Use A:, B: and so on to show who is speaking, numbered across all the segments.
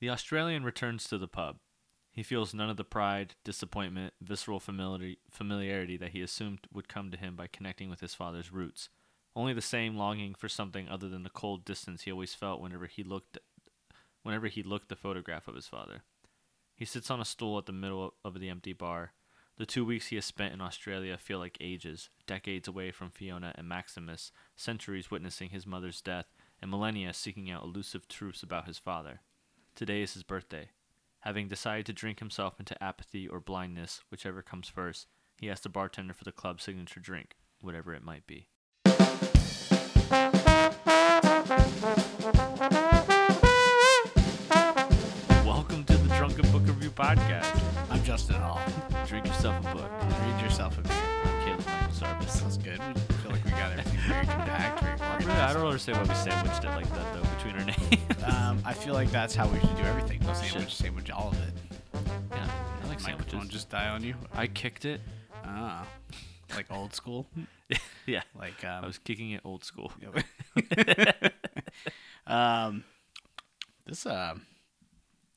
A: The Australian returns to the pub. He feels none of the pride, disappointment, visceral familiarity, familiarity that he assumed would come to him by connecting with his father's roots. Only the same longing for something other than the cold distance he always felt whenever he looked whenever he looked the photograph of his father. He sits on a stool at the middle of the empty bar. The two weeks he has spent in Australia feel like ages, decades away from Fiona and Maximus, centuries witnessing his mother's death, and millennia seeking out elusive truths about his father. Today is his birthday. Having decided to drink himself into apathy or blindness, whichever comes first, he asks the bartender for the club's signature drink, whatever it might be. Welcome to the Drunken Book Review Podcast.
B: I'm Justin Hall.
A: Drink yourself a book.
B: Read yourself a beer.
A: Caleb Michael Service.
B: Sounds good. I feel like we got everything very compact, very organized.
A: Really, I don't understand why we sandwiched it like that though between our names.
B: Um, I feel like that's how we should do everything. We'll
A: Shit.
B: sandwich, sandwich all of it.
A: yeah, I like
B: Microphone
A: sandwiches.
B: just die on you.
A: I kicked it.
B: Ah, like old school.
A: yeah,
B: Like um,
A: I was kicking it old school.
B: um, this um,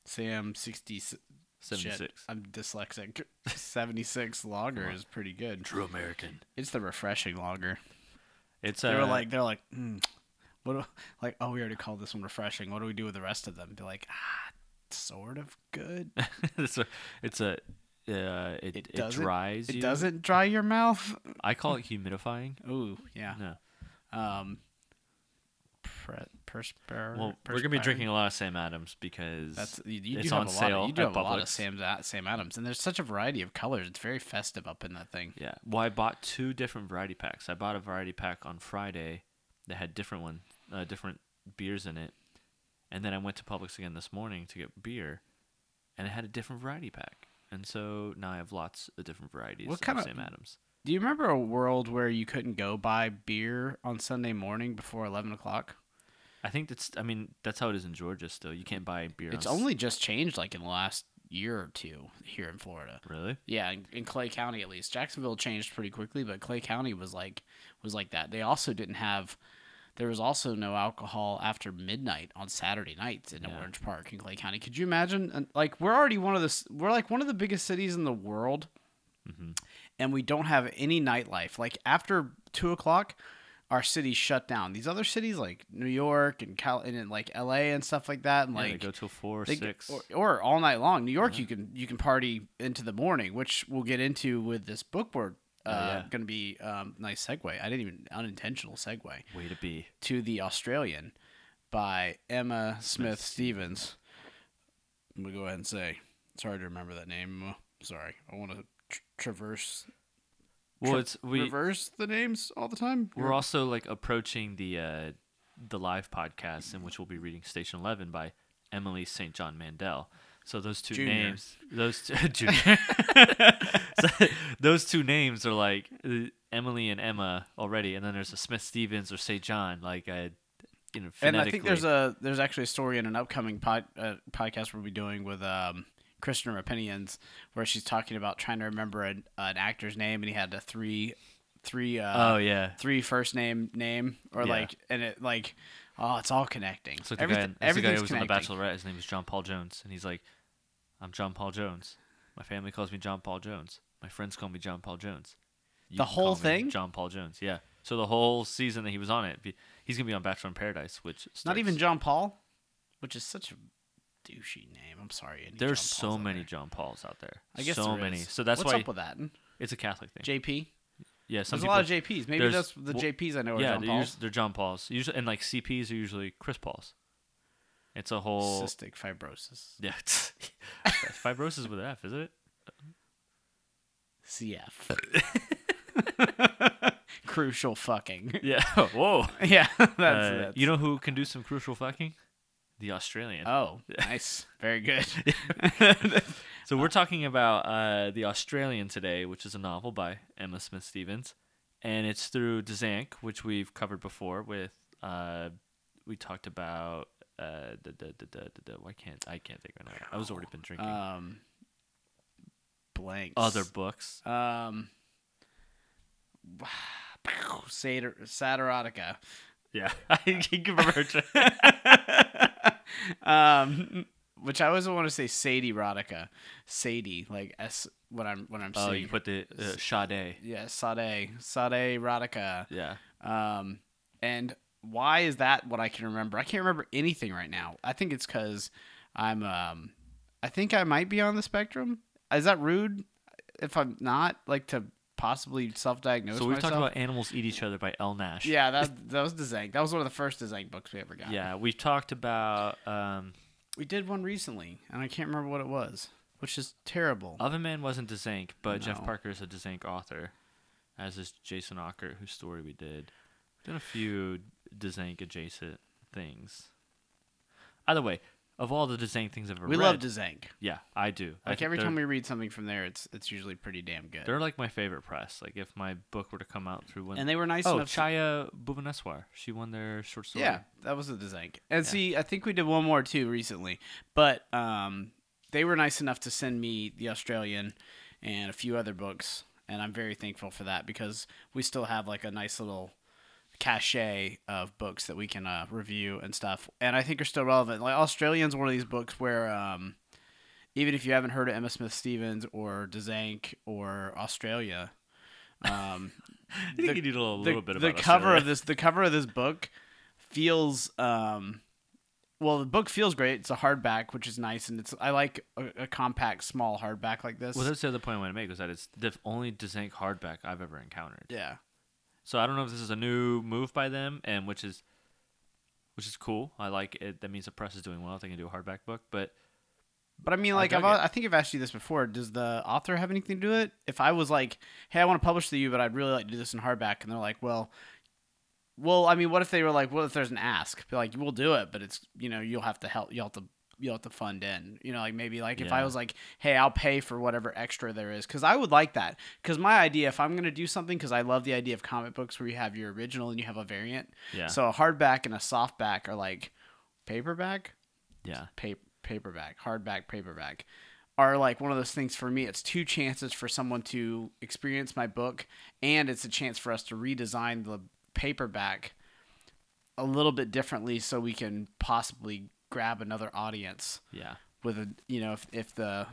B: Sam sixty shit,
A: 76.
B: I'm dyslexic. Seventy six lager is pretty good.
A: True American.
B: It's the refreshing lager.
A: It's
B: They
A: uh,
B: were like, they're like, mm, what? Do, like, oh, we already called this one refreshing. What do we do with the rest of them? Be like, ah, sort of good.
A: it's a, it's a, uh, it, it,
B: doesn't-
A: dries
B: It
A: you.
B: doesn't dry your mouth.
A: I call it humidifying.
B: Ooh, yeah.
A: No,
B: Um, pre- perspir-
A: well, we're gonna be
B: perspiring?
A: drinking a lot of Sam Adams because
B: That's you, you
A: It's
B: do have
A: on
B: a lot.
A: sale
B: Of, you do
A: at
B: have a lot
A: Publix.
B: of Sam Sam Adams, and there's such a variety of colors. It's very festive up in that thing.
A: yeah. Well, I bought two different variety packs. I bought a variety pack on Friday that had different one, uh, different beers in it, and then I went to Publix again this morning to get beer, and it had a different variety pack. And so now I have lots of different varieties
B: What kind
A: of
B: of-
A: Sam Adams.
B: Do you remember a world where you couldn't go buy beer on Sunday morning before eleven o'clock?
A: I think that's. I mean, that's how it is in Georgia. Still, you can't buy beer.
B: It's
A: on s-
B: only just changed like in the last year or two here in Florida.
A: really.
B: Yeah, in, in Clay County at least. Jacksonville changed pretty quickly, but Clay County was like was like that. They also didn't have there was also no alcohol after midnight on Saturday nights in
A: Yeah.
B: Orange Park in Clay County. Could you imagine? And, Like we're already one of the s- we're like one of the biggest cities in the world,
A: Mm-hmm.
B: and we don't have any nightlife. Like after two o'clock, our city shut down. These other cities like New York and Cal and in, like L.A. and stuff like that, and
A: Yeah,
B: like
A: they go till four,
B: they g-
A: six. Mm-hmm.
B: or, or all night long. New York, you can you can party into the morning, which we'll get into with this book board. Uh,
A: Oh, yeah.
B: Going to be um, nice segue. I didn't even unintentional segue
A: Way to be.
B: to the Australian by Emma Smith Stevens. I'm gonna go ahead and say sorry to remember that name. Emma. Sorry, I want to tr- traverse.
A: Well,
B: tra-
A: it's we
B: reverse the names all the time.
A: we're also like approaching the uh, the live podcast in which we'll be reading Station Eleven by Emily St. John Mandel. So those two
B: Junior.
A: names, those two, junior. So those two names are like uh, Emily and Emma already, and then there's a Smith Stevens or St. John, like uh, you know,
B: and I
A: phonetically.
B: think there's a there's actually a story in an upcoming pod, uh, podcast we'll be doing with um, Kristen Opinions where she's talking about trying to remember an, an actor's name and he had a three three uh,
A: oh yeah,
B: three first name name or
A: Yeah.
B: like and it like oh it's all connecting
A: So the
B: Everything-
A: guy, that's the guy who
B: everything's
A: was on The
B: connecting.
A: Bachelorette. His name was John Paul Jones, and he's like, "I'm John Paul Jones. My family calls me John Paul Jones. My friends call me John Paul Jones. You
B: The
A: can
B: whole
A: call me
B: thing?
A: John Paul Jones. Yeah. So the whole season that he was on it, be- he's gonna be on Bachelor in Paradise, which
B: not
A: starts-
B: even John Paul which is such a douchey name I'm sorry any
A: There's
B: John
A: so
B: Pauls out
A: many
B: there.
A: John Pauls out there.
B: I guess
A: so
B: there
A: many.
B: is.
A: So that's
B: What's
A: why
B: up with that
A: it's a Catholic thing.
B: JP
A: yeah. Some
B: there's
A: people.
B: a lot of JPs maybe
A: there's-
B: that's the
A: well,
B: JPs I know are
A: yeah,
B: John
A: they're,
B: Pauls
A: usu- they're John Pauls. Usually, and like CPs are usually Chris Pauls. It's a whole.
B: cystic fibrosis
A: Yeah. Fibrosis with an F, is it?
B: CF.
A: Uh,
B: Crucial fucking.
A: Yeah. Whoa.
B: Yeah, that's,
A: Uh,
B: that's-
A: You know who can do some crucial fucking? The Australian.
B: Oh, nice, very good.
A: so we're talking about uh, the Australian today, which is a novel by Emma Smith Stevens, and it's through Dzank, which we've covered before. With uh, we talked about uh, the, the, the, the, the, the- why can't I can't think right now. I was already been drinking
B: Um, blanks.
A: other books.
B: Um, Satir- Satirotica.
A: Yeah, I can remember.
B: um, which I always want to say Sadie Rodica, Sadie like S when I'm when I'm
A: Oh,
B: saying
A: you put the uh, Sade.
B: yeah Sade Sade Rodica.
A: Yeah.
B: Um, and why is that what I can remember? I can't remember anything right now. I think it's because I'm um, I think I might be on the spectrum. Is that rude? If I'm not like to possibly self-diagnose.
A: So we've
B: myself?
A: talked about animals eat each other by L. Nash.
B: Yeah, that that was Dezank. That was one of the first Dezank books we ever got.
A: Yeah. We've talked about um,
B: we did one recently, and I can't remember what it was, which is terrible.
A: Oven Man wasn't Dzank, but Jeff
B: No.
A: Parker is a Dzank author, as is Jason Ockert, whose story we did. Done a few Dzank adjacent things. Either way, of all the Dzank things I've ever
B: we
A: read,
B: love Dezank.
A: yeah, I do. I
B: Like
A: think
B: every
A: they're-
B: time we read something from there, it's it's usually pretty damn good.
A: they're like my favorite press. Like if my book were to come out through one,
B: And they were nice
A: oh
B: enough. to-
A: Chaya Bhubaneswar, she won their short story.
B: yeah, that was a Dezank. And see, I think we did one more too recently, but um, they were nice enough to send me the Australian and a few other books, and I'm very thankful for that because we still have like a nice little cachet of books that we can uh, review and stuff, and I think are still relevant. Like Australian's one of these books where. Um, even if you haven't heard of Emma Smith Stevens or Dezank or Australia, um,
A: I think
B: the-
A: you need a little,
B: the,
A: little bit
B: the
A: about
B: cover
A: Australia.
B: of this the cover of this book feels um well the book feels great it's a hardback which is nice and it's i like a, a compact small hardback like this
A: Well, that's the other point I want to make was that it's the only Dzank hardback I've ever encountered.
B: yeah
A: So I don't know if this is a new move by them, and which is, which is cool. I like it. That means the press is doing well. if They can do a hardback book, but
B: but i mean
A: I
B: like I
A: dug
B: have I think i've asked you this before does the author have anything to do with it if i was like hey i want to publish to you but i'd really like to do this in hardback and they're like well well i mean what if they were like what if there's an ask Be like we'll do it but it's you know you'll have to help you'll have to you'll have to fund in you know like maybe like if i
A: Yeah.
B: was like hey i'll pay for whatever extra there is because i would like that because my idea if i'm going to do something because i love the idea of comic books where you have your original and you have a variant
A: yeah,
B: so a hardback and a softback are like paperback
A: yeah,
B: paper, paperback, hardback, paperback, are like one of those things for me. It's two chances for someone to experience my book, and it's a chance for us to redesign the paperback a little bit differently so we can possibly grab another audience
A: yeah,
B: with a you know if, if the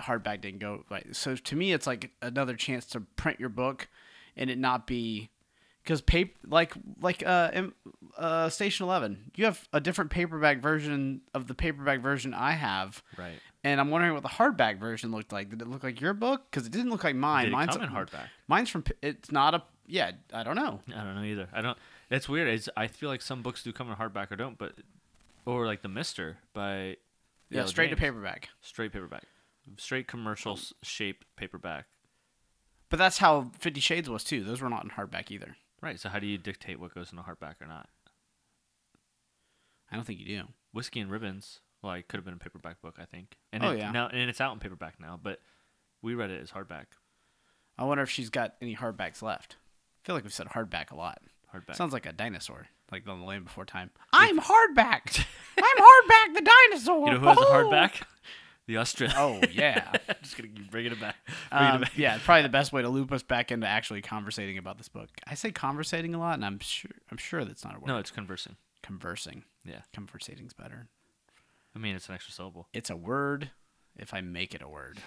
B: hardback didn't go right so to me it's like another chance to print your book and it not be because paper like like uh, in, uh station 11 you have a different paperback version of the paperback version i have
A: right.
B: and i'm wondering what the hardback version looked like did it look like your book because it didn't look like mine
A: Did it
B: mine's
A: come in hardback?
B: mine's from it's not a yeah i don't know
A: I don't know either. I don't. It's weird. It's, I feel like some books do come in hardback or don't, but or like the Mister by
B: yeah,
A: Yellow
B: straight to
A: James.
B: paperback
A: straight paperback, straight commercial s- shaped paperback.
B: but that's how 50 shades was too those were not in hardback either
A: Right. So how do you dictate what goes in a hardback or not?
B: i don't think you do
A: Whiskey and Ribbons, like, could have been a paperback book, I think. And
B: Oh,
A: it,
B: yeah.
A: Now, and it's out in paperback now, but we read it as hardback.
B: I wonder if she's got any hardbacks left. I feel like we've said hardback a lot.
A: Hardback.
B: Sounds like a dinosaur, like on the Land Before Time. I'm hardback. I'm hardback the dinosaur.
A: you know who has a
B: Woohoo!
A: hardback? The Australian.
B: Oh yeah,
A: just gonna keep bringing it back. Bringing
B: um,
A: it back.
B: yeah. it's Probably the best way to loop us back into actually conversating about this book. I say conversating a lot, and I'm sure I'm sure that's not a word.
A: No, it's conversing.
B: Conversing.
A: Yeah.
B: Conversating's better.
A: I mean, it's an extra syllable.
B: It's a word if I make it a word.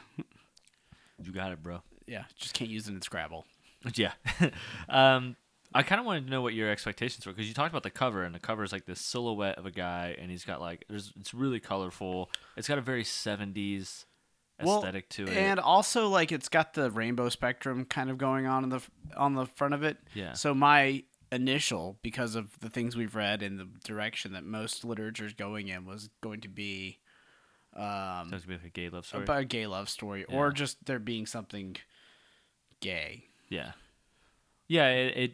A: You got it, bro.
B: yeah, just can't use it in Scrabble.
A: Yeah. um, I kind of wanted to know what your expectations were because you talked about the cover, and the cover is like this silhouette of a guy, and he's got like, there's, it's really colorful. It's got a very 70s aesthetic to it.
B: and also like it's got the rainbow spectrum kind of going on in the on the front of it.
A: Yeah.
B: So my initial, because of the things we've read and the direction that most literature is going in, was going to be um,
A: Sounds like a gay love story.
B: about a gay love story or
A: Yeah.
B: just there being something gay.
A: Yeah. Yeah, it, it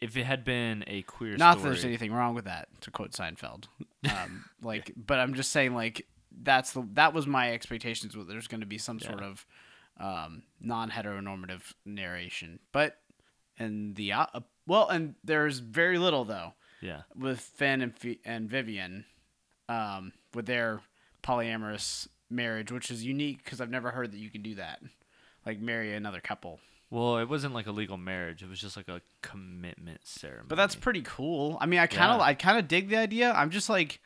A: if it had been a queer
B: Not that
A: story.
B: there's anything wrong with that, to quote Seinfeld. Um, like, but I'm just saying, like, that's the that was my expectations. Was there's going to be some sort
A: Yeah.
B: of um, non-heteronormative narration, but and the uh, well, and there's very little though
A: yeah.
B: with Finn and Fi and Vivian, um, with their polyamorous marriage, which is unique because I've never heard that you can do that, like marry another couple.
A: Well, it wasn't like a legal marriage. It was just like a commitment ceremony.
B: But that's pretty cool. I mean, I kind of
A: Yeah.
B: I kind of dig the idea. I'm just like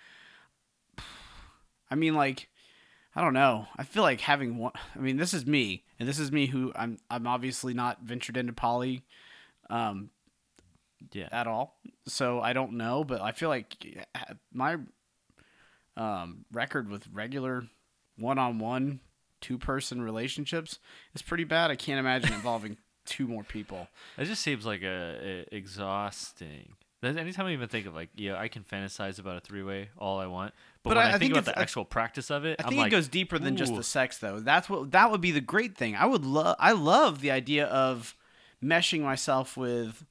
B: I mean, like, I don't know. I feel like having one. I mean, this is me, and this is me who I'm. I'm obviously not ventured into poly, um,
A: Yeah.
B: at all. So I don't know, but I feel like ha- my um, record with regular one-on-one two-person relationships is pretty bad. I can't imagine involving two more people.
A: It just seems like a, a exhausting. That's- Anytime I even think of like, yeah, I can fantasize about a three way all I want, but,
B: But
A: when
B: I-
A: I,
B: I
A: think,
B: think
A: about
B: it's-
A: the
B: I-
A: actual practice of it,
B: I
A: I'm
B: think
A: like,
B: it goes deeper than just
A: ooh.
B: the sex, though. That's what that would be the great thing. I would love. I love the idea of meshing myself with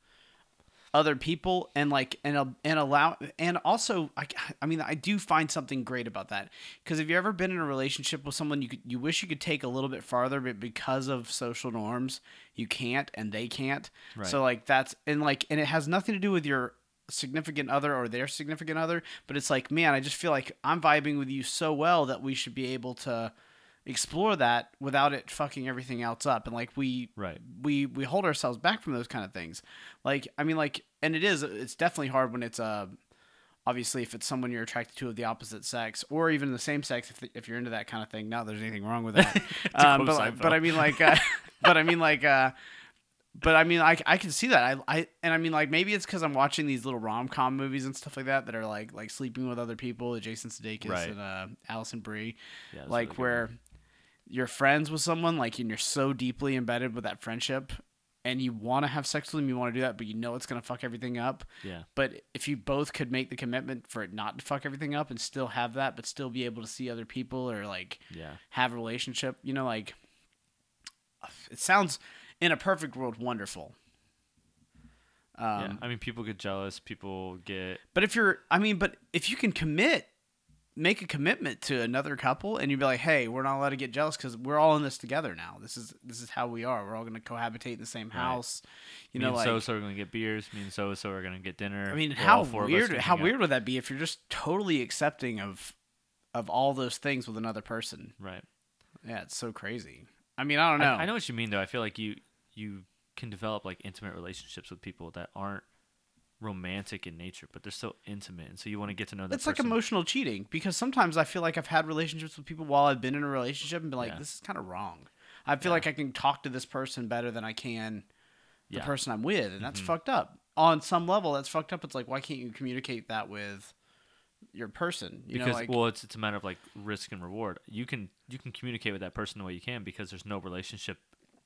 B: other people and like and al- and allow and also I, I mean I do find something great about that because if you've ever been in a relationship with someone you could, you wish you could take a little bit farther but because of social norms you can't and they can't
A: Right.
B: so like that's and like and it has nothing to do with your significant other or their significant other but it's like man I just feel like I'm vibing with you so well that we should be able to explore that without it fucking everything else up and like we
A: Right.
B: we we hold ourselves back from those kind of things like i mean like and it is it's definitely hard when it's uh obviously if it's someone you're attracted to of the opposite sex or even the same sex if, if you're into that kind of thing not that there's anything wrong with that
A: quote
B: um, but, like-
A: Seinfeld.
B: but i mean like uh, but i mean like uh but I mean, like I can see that. I, I and I mean, like maybe it's because I'm watching these little rom com movies and stuff like that that are like like sleeping with other people, Jason Sudeikis
A: Right.
B: and uh, Allison Brie,
A: Yeah, that's a really
B: like
A: good
B: where you're friends with someone, like and you're so deeply embedded with that friendship, and you want to have sex with them, you want to do that, but you know it's gonna fuck everything up.
A: yeah,
B: But if you both could make the commitment for it not to fuck everything up and still have that, but still be able to see other people or like
A: yeah,
B: have a relationship, you know, like it sounds in a perfect world wonderful. Um,
A: yeah. I mean, people get jealous. People get
B: But if you're, I mean, but if you can commit, make a commitment to another couple, and you'd be like, hey, we're not allowed to get jealous because we're all in this together now. This is this is how we are. We're all going to cohabitate in the same house. You
A: me
B: know,
A: and
B: like
A: so so are gonna get beers. Me and so so are gonna get dinner.
B: I mean,
A: We're
B: how
A: all four of us
B: weird?
A: gonna
B: How
A: hang out.
B: weird would that be if you're just totally accepting of of all those things with another person?
A: Right.
B: Yeah, it's so crazy. I mean, I don't know.
A: I, I know what you mean though. I feel like you you can develop like intimate relationships with people that aren't romantic in nature, but they're still intimate, and so you want to get to know them.
B: it's like emotional cheating because sometimes I feel like I've had relationships with people while I've been in a relationship and been like,
A: Yeah.
B: this is kind of wrong. I feel like I can talk to this person better than I can the
A: Yeah. Mm-hmm.
B: person I'm with, and that's fucked up. On some level, that's fucked up. It's like, why can't you communicate that with your person? You
A: because
B: know, like,
A: well, it's it's a matter of like risk and reward. You can you can communicate with that person the way you can because there's no relationship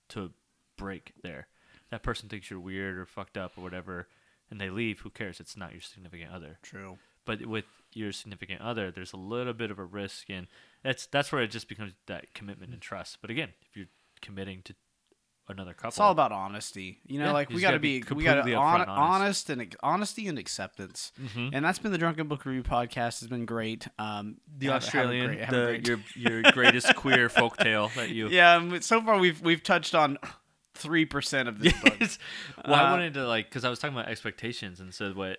A: to break there. That person thinks you're weird or fucked up or whatever, and they leave. Who cares? It's not your significant other.
B: true.
A: But with your significant other, there's a little bit of a risk, and that's that's where it just becomes that commitment and trust. But again, if you're committing to another couple,
B: It's all about honesty. You know,
A: Yeah,
B: like
A: you
B: we
A: just
B: got to
A: gotta
B: be,
A: be
B: we got to
A: completely
B: honest,
A: upfront honest.
B: honest and ac- honesty and acceptance.
A: mm-hmm.
B: And that's been the Drunken Book Review podcast. Has been great. Um,
A: the
B: have a- have a
A: Australian,
B: great- have a great-
A: the, your your greatest queer folktale that you
B: yeah. um, So far, we've we've touched on three percent of this book.
A: It's- well, I
B: Uh,
A: wanted to like because I was talking about expectations and said what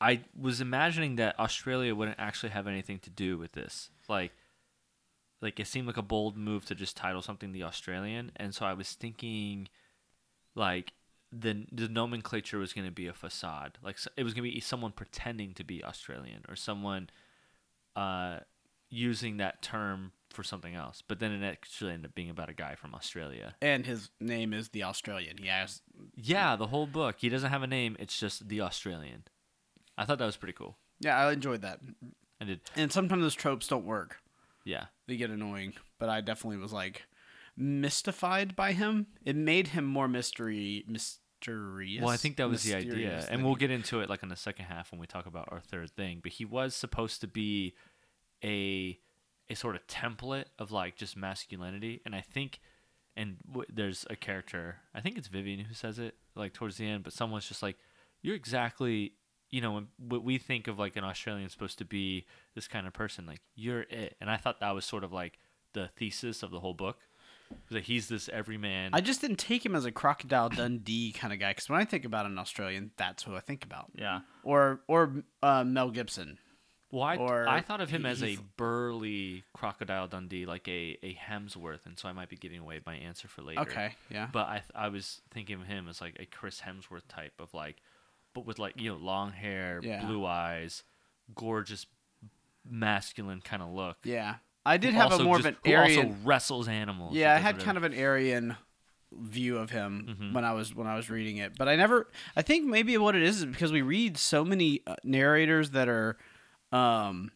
A: I was imagining that Australia wouldn't actually have anything to do with this. Like, like it seemed like a bold move to just title something the Australian, and so I was thinking, like the the nomenclature was going to be a facade. Like so- it was going to be someone pretending to be Australian or someone uh, using that term for something else. But then it actually ended up being about a guy from Australia.
B: And his name is the Australian. He has
A: Yeah, the whole book. He doesn't have a name. It's just the Australian. I thought that was pretty cool.
B: yeah, I enjoyed that.
A: I did.
B: And sometimes those tropes don't work;
A: Yeah,
B: they get annoying. But I definitely was like mystified by him. It made him more mystery, mysterious.
A: Well, I think that was the idea,
B: mysterious than
A: and we'll
B: he-
A: get into it like in the second half when we talk about our third thing. But he was supposed to be a a sort of template of like just masculinity, and I think, and w- there's a character, I think it's Vivian who says it like towards the end, but someone's just like, "You're exactly." You know, when- what we think of like an Australian supposed to be this kind of person, like you're it. And I thought that was sort of like the thesis of the whole book that he's this everyman.
B: I just didn't take him as a crocodile Dundee kind of guy because when I think about an Australian, that's who I think about.
A: yeah.
B: Or or uh, Mel Gibson.
A: Well, I,
B: or
A: I thought of him
B: he-
A: as a
B: he's-
A: burly crocodile Dundee, like a, a Hemsworth, and so I might be giving away my answer for later.
B: Okay, yeah.
A: But I th- I was thinking of him as like a Chris Hemsworth type of like, but with like you know long hair,
B: Yeah.
A: blue eyes, gorgeous masculine kind of look.
B: Yeah. I did
A: Who
B: have a
A: also
B: more
A: just-
B: of an
A: who
B: Aryan.
A: also wrestles animals.
B: Yeah, I had kind of an Aryan view of him when I was when I was reading it, but I never. I think maybe what it is is because we read so many uh, narrators that are, um,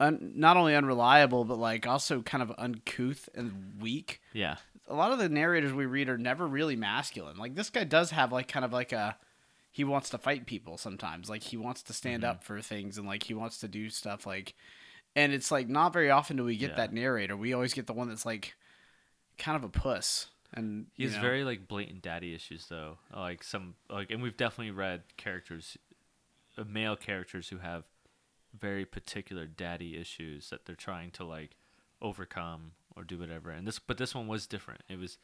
B: un, not only unreliable but like also kind of uncouth and weak.
A: yeah.
B: A lot of the narrators we read are never really masculine. Like this guy does have like kind of like a. He wants to fight people sometimes. Like he wants to stand
A: Mm-hmm.
B: up for things and like he wants to do stuff like and it's like not very often do we get
A: Yeah.
B: that narrator. We always get the one that's like kind of a puss. And
A: He has
B: you know,
A: very like blatant daddy issues though. Like some like and we've definitely read characters uh, male characters who have very particular daddy issues that they're trying to like overcome or do whatever. And this but this one was different. It was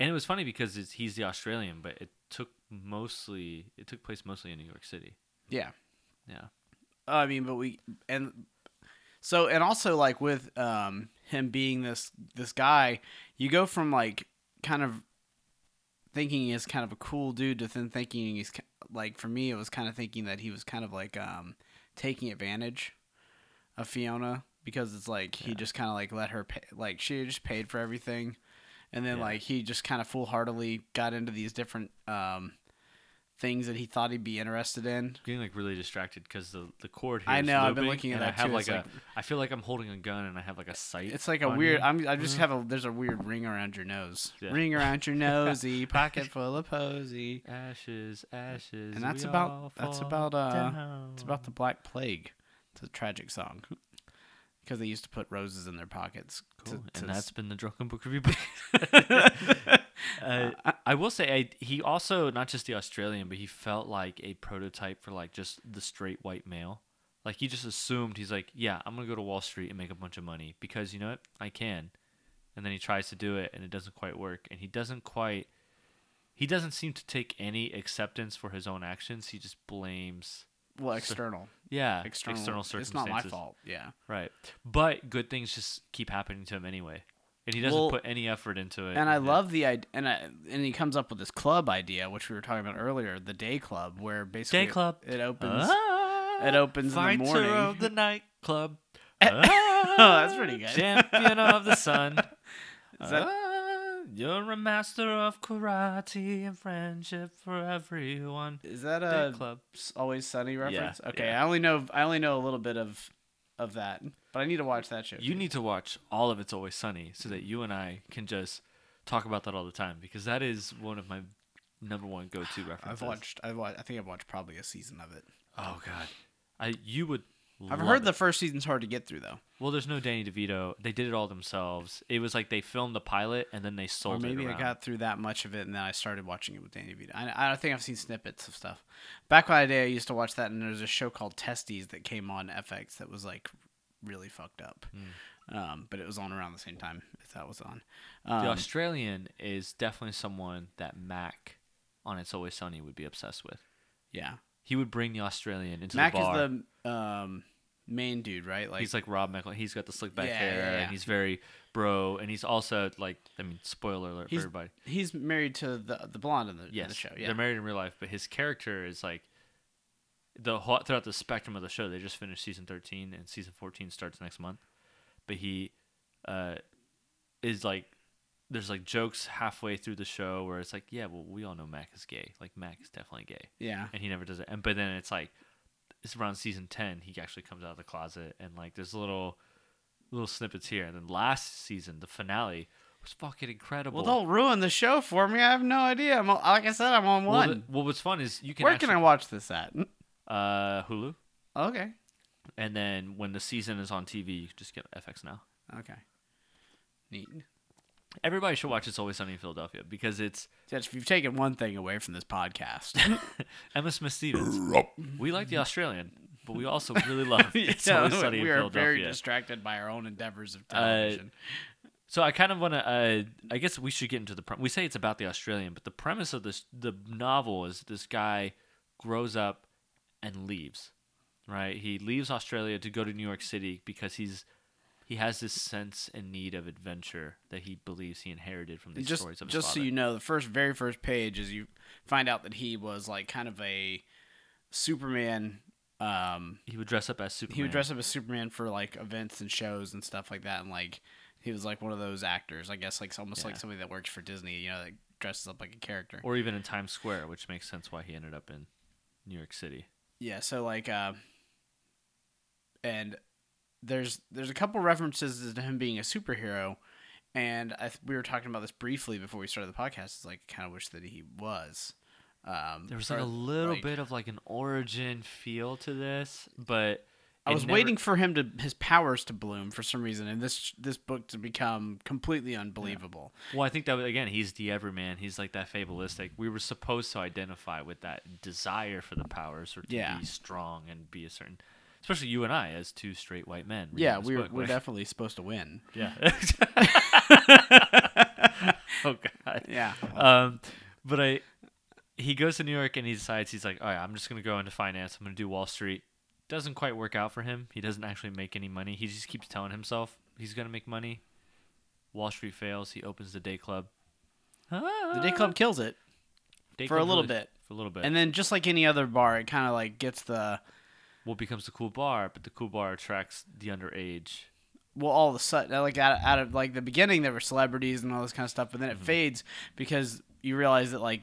A: and it was funny because it's, he's the Australian, but it took mostly it took place mostly in New York City.
B: yeah.
A: Yeah.
B: I mean, but we and so and also like with um him being this this guy, you go from like kind of thinking he's kind of a cool dude to then thinking he's ki- like for me it was kind of thinking that he was kind of like um taking advantage of Fiona because it's like he just kind of like let her pay, like she just paid for everything and then
A: Yeah.
B: like he just kind of foolhardily got into these different um things that he thought he'd be interested in
A: Getting like really distracted because the the cord here.
B: I
A: is
B: know, I've been
A: looping,
B: looking at
A: and I
B: that,
A: have
B: too.
A: like
B: It's
A: a. I
B: like-
A: feel like I'm holding a gun and I have like a sight.
B: It's like a
A: on
B: weird.
A: me.
B: I'm. I just have a. There's a weird ring around your nose.
A: Yeah.
B: Ring around your nosy, pocket full of posy.
A: Ashes, ashes.
B: And that's
A: we all
B: about. That's
A: fall
B: about. Uh.
A: down.
B: It's about the Black Plague. It's a tragic song. Because they used to put roses in their pockets. to-
A: Cool.
B: to
A: and that's
B: s-
A: been the drunken book review. uh, I, I will say, I, he also not just the Australian, but he felt like a prototype for like just the straight white male. Like he just assumed he's like, yeah, I'm gonna go to Wall Street and make a bunch of money because you know what, I can. And then he tries to do it, and it doesn't quite work, and he doesn't quite. He doesn't seem to take any acceptance for his own actions. He just blames,
B: well external.
A: yeah,
B: External.
A: external,
B: It's
A: circumstances.
B: not my fault. Yeah.
A: Right. But good things just keep happening to him anyway. And he doesn't
B: Well,
A: put any effort into it.
B: And I
A: it-
B: love the idea. And I, and he comes up with this club idea, which we were talking about earlier, the day club, where basically
A: Day Club.
B: it opens.
A: Ah,
B: it opens in the
A: fighter
B: morning.
A: of the night club. Ah.
B: that's pretty good.
A: Champion of the sun.
B: Is that-
A: Ah, you're a master of karate and friendship for everyone.
B: Is that
A: Day
B: a
A: club.
B: S- Always Sunny reference. okay,
A: yeah.
B: I only know I only know a little bit of of that, but I need to watch that show.
A: You
B: too.
A: need to watch all of It's Always Sunny so that you and I can just talk about that all the time because that is one of my number one go to references.
B: I've watched. I've watched. I think I've watched probably a season of it.
A: Oh God, I you would.
B: I've
A: love
B: heard
A: it.
B: the first season's hard to get through though.
A: Well, there's no Danny DeVito. They did it all themselves. It was like they filmed the pilot and then they sold
B: Or maybe
A: it.
B: I
A: around.
B: got through that much of it, and then I started watching it with Danny DeVito. I, I think I've seen snippets of stuff. Back in the day, I used to watch that, and there was a show called Testies that came on FX that was like really fucked up.
A: Hmm.
B: Um, but it was on around the same time as that was on. Um,
A: the Australian is definitely someone that Mac on It's Always Sunny would be obsessed with.
B: yeah,
A: He would bring the Australian into
B: Mac
A: the bar.
B: is the um, main dude, right? Like
A: he's like Rob McElhenney. He's got the slick back
B: Yeah,
A: hair
B: yeah, yeah.
A: and he's very bro. And he's also like, I mean, spoiler alert
B: He's-
A: for everybody.
B: He's married to the the blonde in the, in the
A: Yes,
B: show. Yeah,
A: they're married in real life, but his character is like the whole throughout the spectrum of the show. They just finished season thirteen, and season fourteen starts next month. But he uh, is like, there's like jokes halfway through the show where it's like, yeah, well, we all know Mac is gay. Like Mac is definitely gay,
B: yeah.
A: and he never does it. And but then it's like, it's around season ten he actually comes out of the closet, and like there's little little snippets here. And then last season, the finale was fucking incredible.
B: Well, don't ruin the show for me. I have no idea. I'm on- like I said, I'm on
A: Well,
B: one.
A: the- well, what's fun is you can
B: Where
A: actually,
B: can I watch this at? Mm,
A: uh, Hulu.
B: Okay,
A: And then when the season is on TV, you can just get FX now.
B: okay, neat.
A: Everybody should watch It's Always Sunny in Philadelphia because it's
B: Judge, if you've taken one thing away from this podcast,
A: Emma Smith Stevens. we like the Australian, but we also really love It's
B: Yeah,
A: Always Sunny in
B: we are very
A: Philadelphia.
B: distracted by our own endeavors of
A: Uh,
B: television.
A: so I kind of want to. Uh, I guess we should get into the. Pre- we say it's about the Australian, but the premise of this the novel is this guy grows up and leaves. Right, he leaves Australia to go to New York City because he's he has this sense and need of adventure that he believes he inherited from these
B: just
A: stories of his
B: just so
A: father.
B: you know, the first very first page is you find out that he was like kind of a Superman Um,
A: He would dress up as Superman.
B: he would dress up as Superman for like events and shows and stuff like that, and like he was like one of those actors, I guess, like almost like
A: Yeah.
B: somebody that works for Disney, you know, that dresses up like a character.
A: or even in Times Square, which makes sense why he ended up in New York City.
B: Yeah, so like uh and there's there's a couple references to him being a superhero and I th- we were talking about this briefly before we started the podcast. It's like I kind of wish that he was. Um
A: There was
B: or,
A: like a little
B: like-
A: bit of like an origin feel to this, but
B: I
A: it
B: was
A: never-
B: waiting for him to his powers to bloom for some reason and this this book to become completely unbelievable.
A: Well, I think that again, he's the everyman. He's like that fabulistic. We were supposed to identify with that desire for the powers or to
B: Yeah.
A: be strong and be a certain. Especially you and I, as two straight white men. reading
B: Yeah,
A: this
B: we were,
A: book,
B: we're
A: like-
B: definitely supposed to win.
A: Yeah. oh God.
B: Yeah.
A: Um, but I, he goes to New York and he decides he's like, all right, I'm just gonna go into finance. I'm gonna do Wall Street. Doesn't quite work out for him. He doesn't actually make any money. He just keeps telling himself he's gonna make money. Wall Street fails. He opens the day club.
B: The day club kills it. Ah. for a little bit.
A: For a little bit.
B: And then just like any other bar, it kind of like gets the
A: what becomes the cool bar, but the cool bar attracts the underage.
B: well, all of a sudden, like out, out of like the beginning, there were celebrities and all this kind of stuff, but then it fades because you realize that like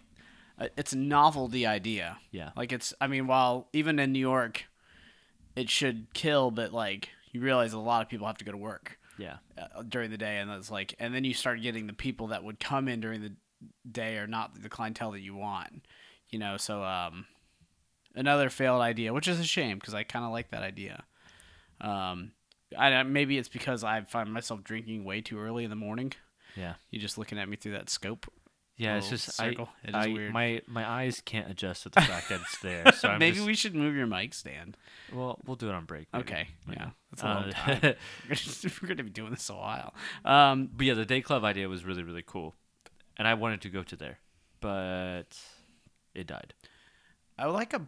B: uh, it's a novelty idea.
A: Yeah.
B: Like it's, I mean, while even in New York, it should kill, but like you realize a lot of people have to go to work
A: Yeah.
B: uh, during the day, and that's like, and then you start getting the people that would come in during the day or not the clientele that you want, you know. So, um, another failed idea, which is a shame because I kind of like that idea. Um, I don't- maybe it's because I find myself drinking way too early in the morning.
A: Yeah.
B: You're just looking at me through that scope.
A: Yeah, it's
B: Little
A: just
B: Oh, circle.
A: I,
B: It is
A: I-
B: weird.
A: my my eyes can't adjust to the fact that it's there. So I'm
B: maybe
A: just-
B: we should move your mic stand.
A: well we'll do it on break. maybe.
B: Okay, yeah, that's a
A: Uh,
B: long time. We're gonna be doing this a while. Um,
A: but yeah, the day club idea was really really cool, and I wanted to go to there, but it died.
B: I would like a.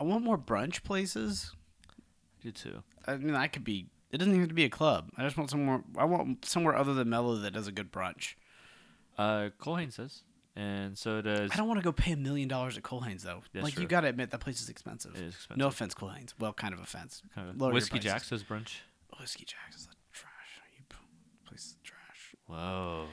B: I want more brunch places.
A: I did too.
B: I mean, I could be. It doesn't even have to be a club. I just want somewhere. I want somewhere other than Mellow that does a good brunch.
A: Uh, Colhane says, and so does.
B: I don't want to go pay a million dollars at Colehane's though.
A: That's
B: like
A: true.
B: you got to admit that place is expensive.
A: It is expensive.
B: No offense, Colehane's. Well, kind of offense.
A: Kinda.
B: Lower your
A: Whiskey
B: prices.
A: Jack says brunch.
B: Whiskey Jack's is like trash. You p- place is trash.
A: Whoa.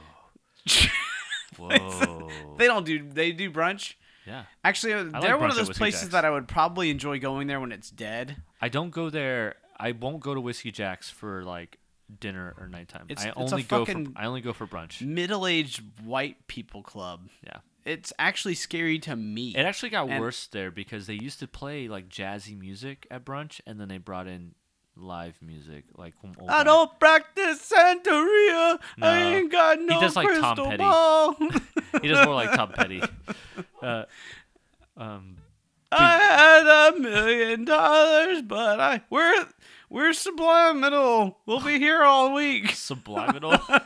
A: Whoa.
B: They don't do. They do brunch.
A: yeah.
B: Actually, uh, they're
A: brunch
B: one
A: at
B: of those
A: Whiskey
B: places
A: Jack's.
B: that I would probably enjoy going there when it's dead.
A: I don't go there. I won't go to Whiskey Jack's for like dinner or nighttime.
B: It's-
A: I
B: it's a
A: only go
B: fucking-
A: for I only go for brunch.
B: Middle-aged white people club.
A: Yeah.
B: It's actually scary to me.
A: It actually got
B: And-
A: worse there because they used to play like jazzy music at brunch and then they brought in live music like from old
B: I
A: guy-
B: don't practice Santeria.
A: No.
B: I ain't got no
A: does like
B: crystal
A: Tom Petty.
B: ball.
A: He does more like Tom Petty. Uh, um,
B: I had a million dollars, but I we're we're subliminal. We'll be here all week.
A: subliminal. All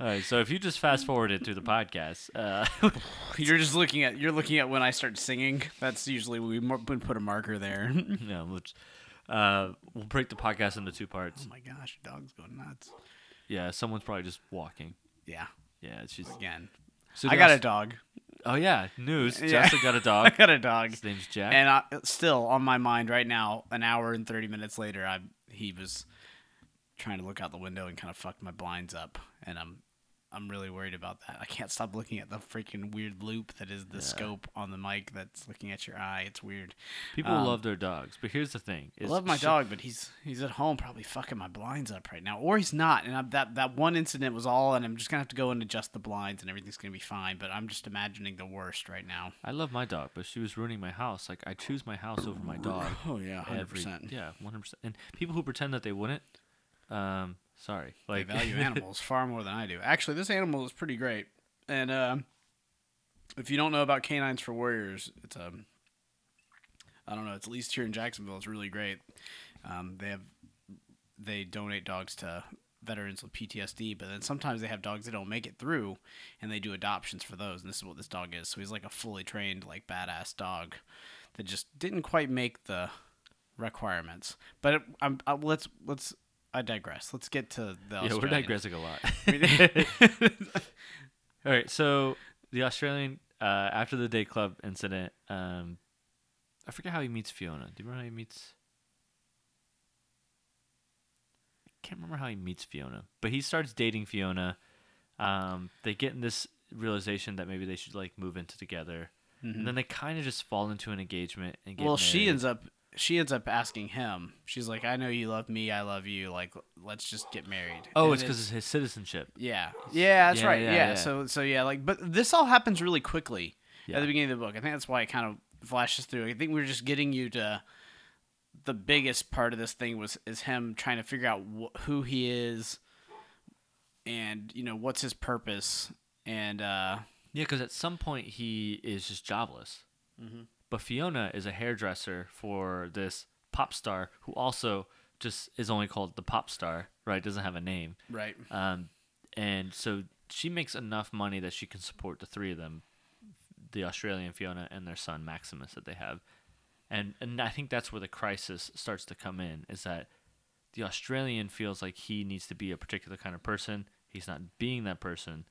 A: right, so if you just fast forward it through the podcast, uh,
B: You're just looking at you're looking at when I start singing. That's usually we mar- we put a marker there. oh
A: no, which, uh, we'll break the podcast into two parts.
B: my gosh, your dog's going nuts.
A: Yeah, someone's probably just walking.
B: Yeah,
A: Yeah, she's.
B: again.
A: So
B: I got a
A: Jas-
B: dog.
A: Oh yeah, news.
B: Yeah.
A: Jessica got a
B: I
A: dog.
B: got a dog.
A: His name's Jack.
B: and I, still on my mind right now an hour and 30 minutes later i he was trying to look out the window and kind of fucked my blinds up and i'm i'm really worried about that i can't stop looking at the freaking weird loop that is the scope on the mic that's looking at your eye it's weird
A: People
B: um,
A: love their dogs, but here's the thing:
B: i
A: is
B: love my
A: sh-
B: dog but he's he's at home probably fucking my blinds up right now or he's not and I, that that one incident was all and i'm just gonna have to go and adjust the blinds and everything's gonna be fine but i'm just imagining the worst right now
A: I love my dog, but she was ruining my house. Like I choose my house over my dog.
B: oh yeah
A: every- yeah, one hundred percent. And people who pretend that they wouldn't, um, sorry. Like
B: I value animals far more than I do. Actually, this animal is pretty great. And um if you don't know about Canines for Warriors, it's um, I don't know. It's at least here in Jacksonville, it's really great. Um, they have they donate dogs to veterans with PTSD, but then sometimes they have dogs that don't make it through, and they do adoptions for those. And this is what this dog is. So he's like a fully trained, like badass dog that just didn't quite make the requirements. But it, I'm, I, let's let's I digress. Let's get to
A: yeah,
B: the
A: we're
B: Australian.
A: digressing a lot. All right, so the Australian uh, after the day club incident, um, I forget how he meets Fiona. Do you remember how he meets? I can't remember how he meets Fiona, but he starts dating Fiona. Um, they get in this realization that maybe they should like move into together, and then they kind of just fall into an engagement and get
B: Mm-hmm. well, she
A: married.
B: ends up she ends up asking him. She's like, "I know you love me. I love you. Like, let's just get married."
A: Oh,
B: And
A: it's because it's his citizenship.
B: Yeah. Yeah, that's
A: Yeah,
B: right.
A: yeah,
B: Yeah,
A: yeah.
B: So so yeah, like but this all happens really quickly
A: Yeah.
B: at the beginning of the book. I think that's why it kind of flashes through. I think we are just getting you to the biggest part of this thing was is him trying to figure out wh- who he is and you know what's his purpose and uh
A: Yeah, because at some point he is just jobless. But Fiona is a hairdresser for this pop star who also just is only called the pop star, right? Doesn't have a name.
B: right.
A: Um, and so she makes enough money that she can support the three of them the Australian Fiona and their son Maximus that they have. And, and I think that's where the crisis starts to come in is that the Australian feels like he needs to be a particular kind of person. He's not being that person.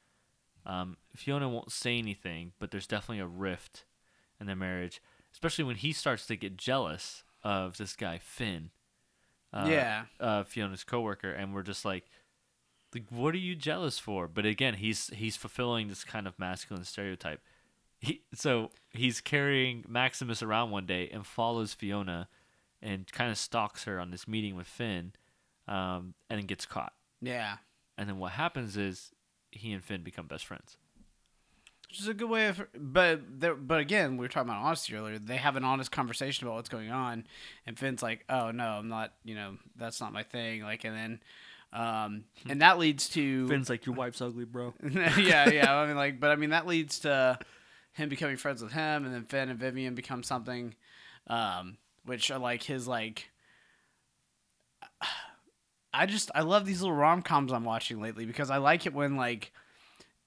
A: Um, Fiona won't say anything, but there's definitely a rift in their marriage, especially when he starts to get jealous of this guy, Finn. Uh,
B: Yeah.
A: uh, Fiona's coworker, and we're just like, like, what are you jealous for? But again, he's he's fulfilling this kind of masculine stereotype. He so he's carrying Maximus around one day and follows Fiona, and kind of stalks her on this meeting with Finn, um, and then gets caught.
B: Yeah.
A: And then what happens is he and Finn become best friends.
B: Which is a good way of, but there, but again, we were talking about honesty earlier. They have an honest conversation about what's going on, and Finn's like, "Oh no, I'm not. You know, that's not my thing." Like, and then, um, and that leads to,
A: Finn's like, your wife's ugly, bro.
B: yeah, yeah. I mean, like, but I mean, that leads to him becoming friends with him, and then Finn and Vivian become something, um, which are like his like. I just I love these little rom coms I'm watching lately because I like it when like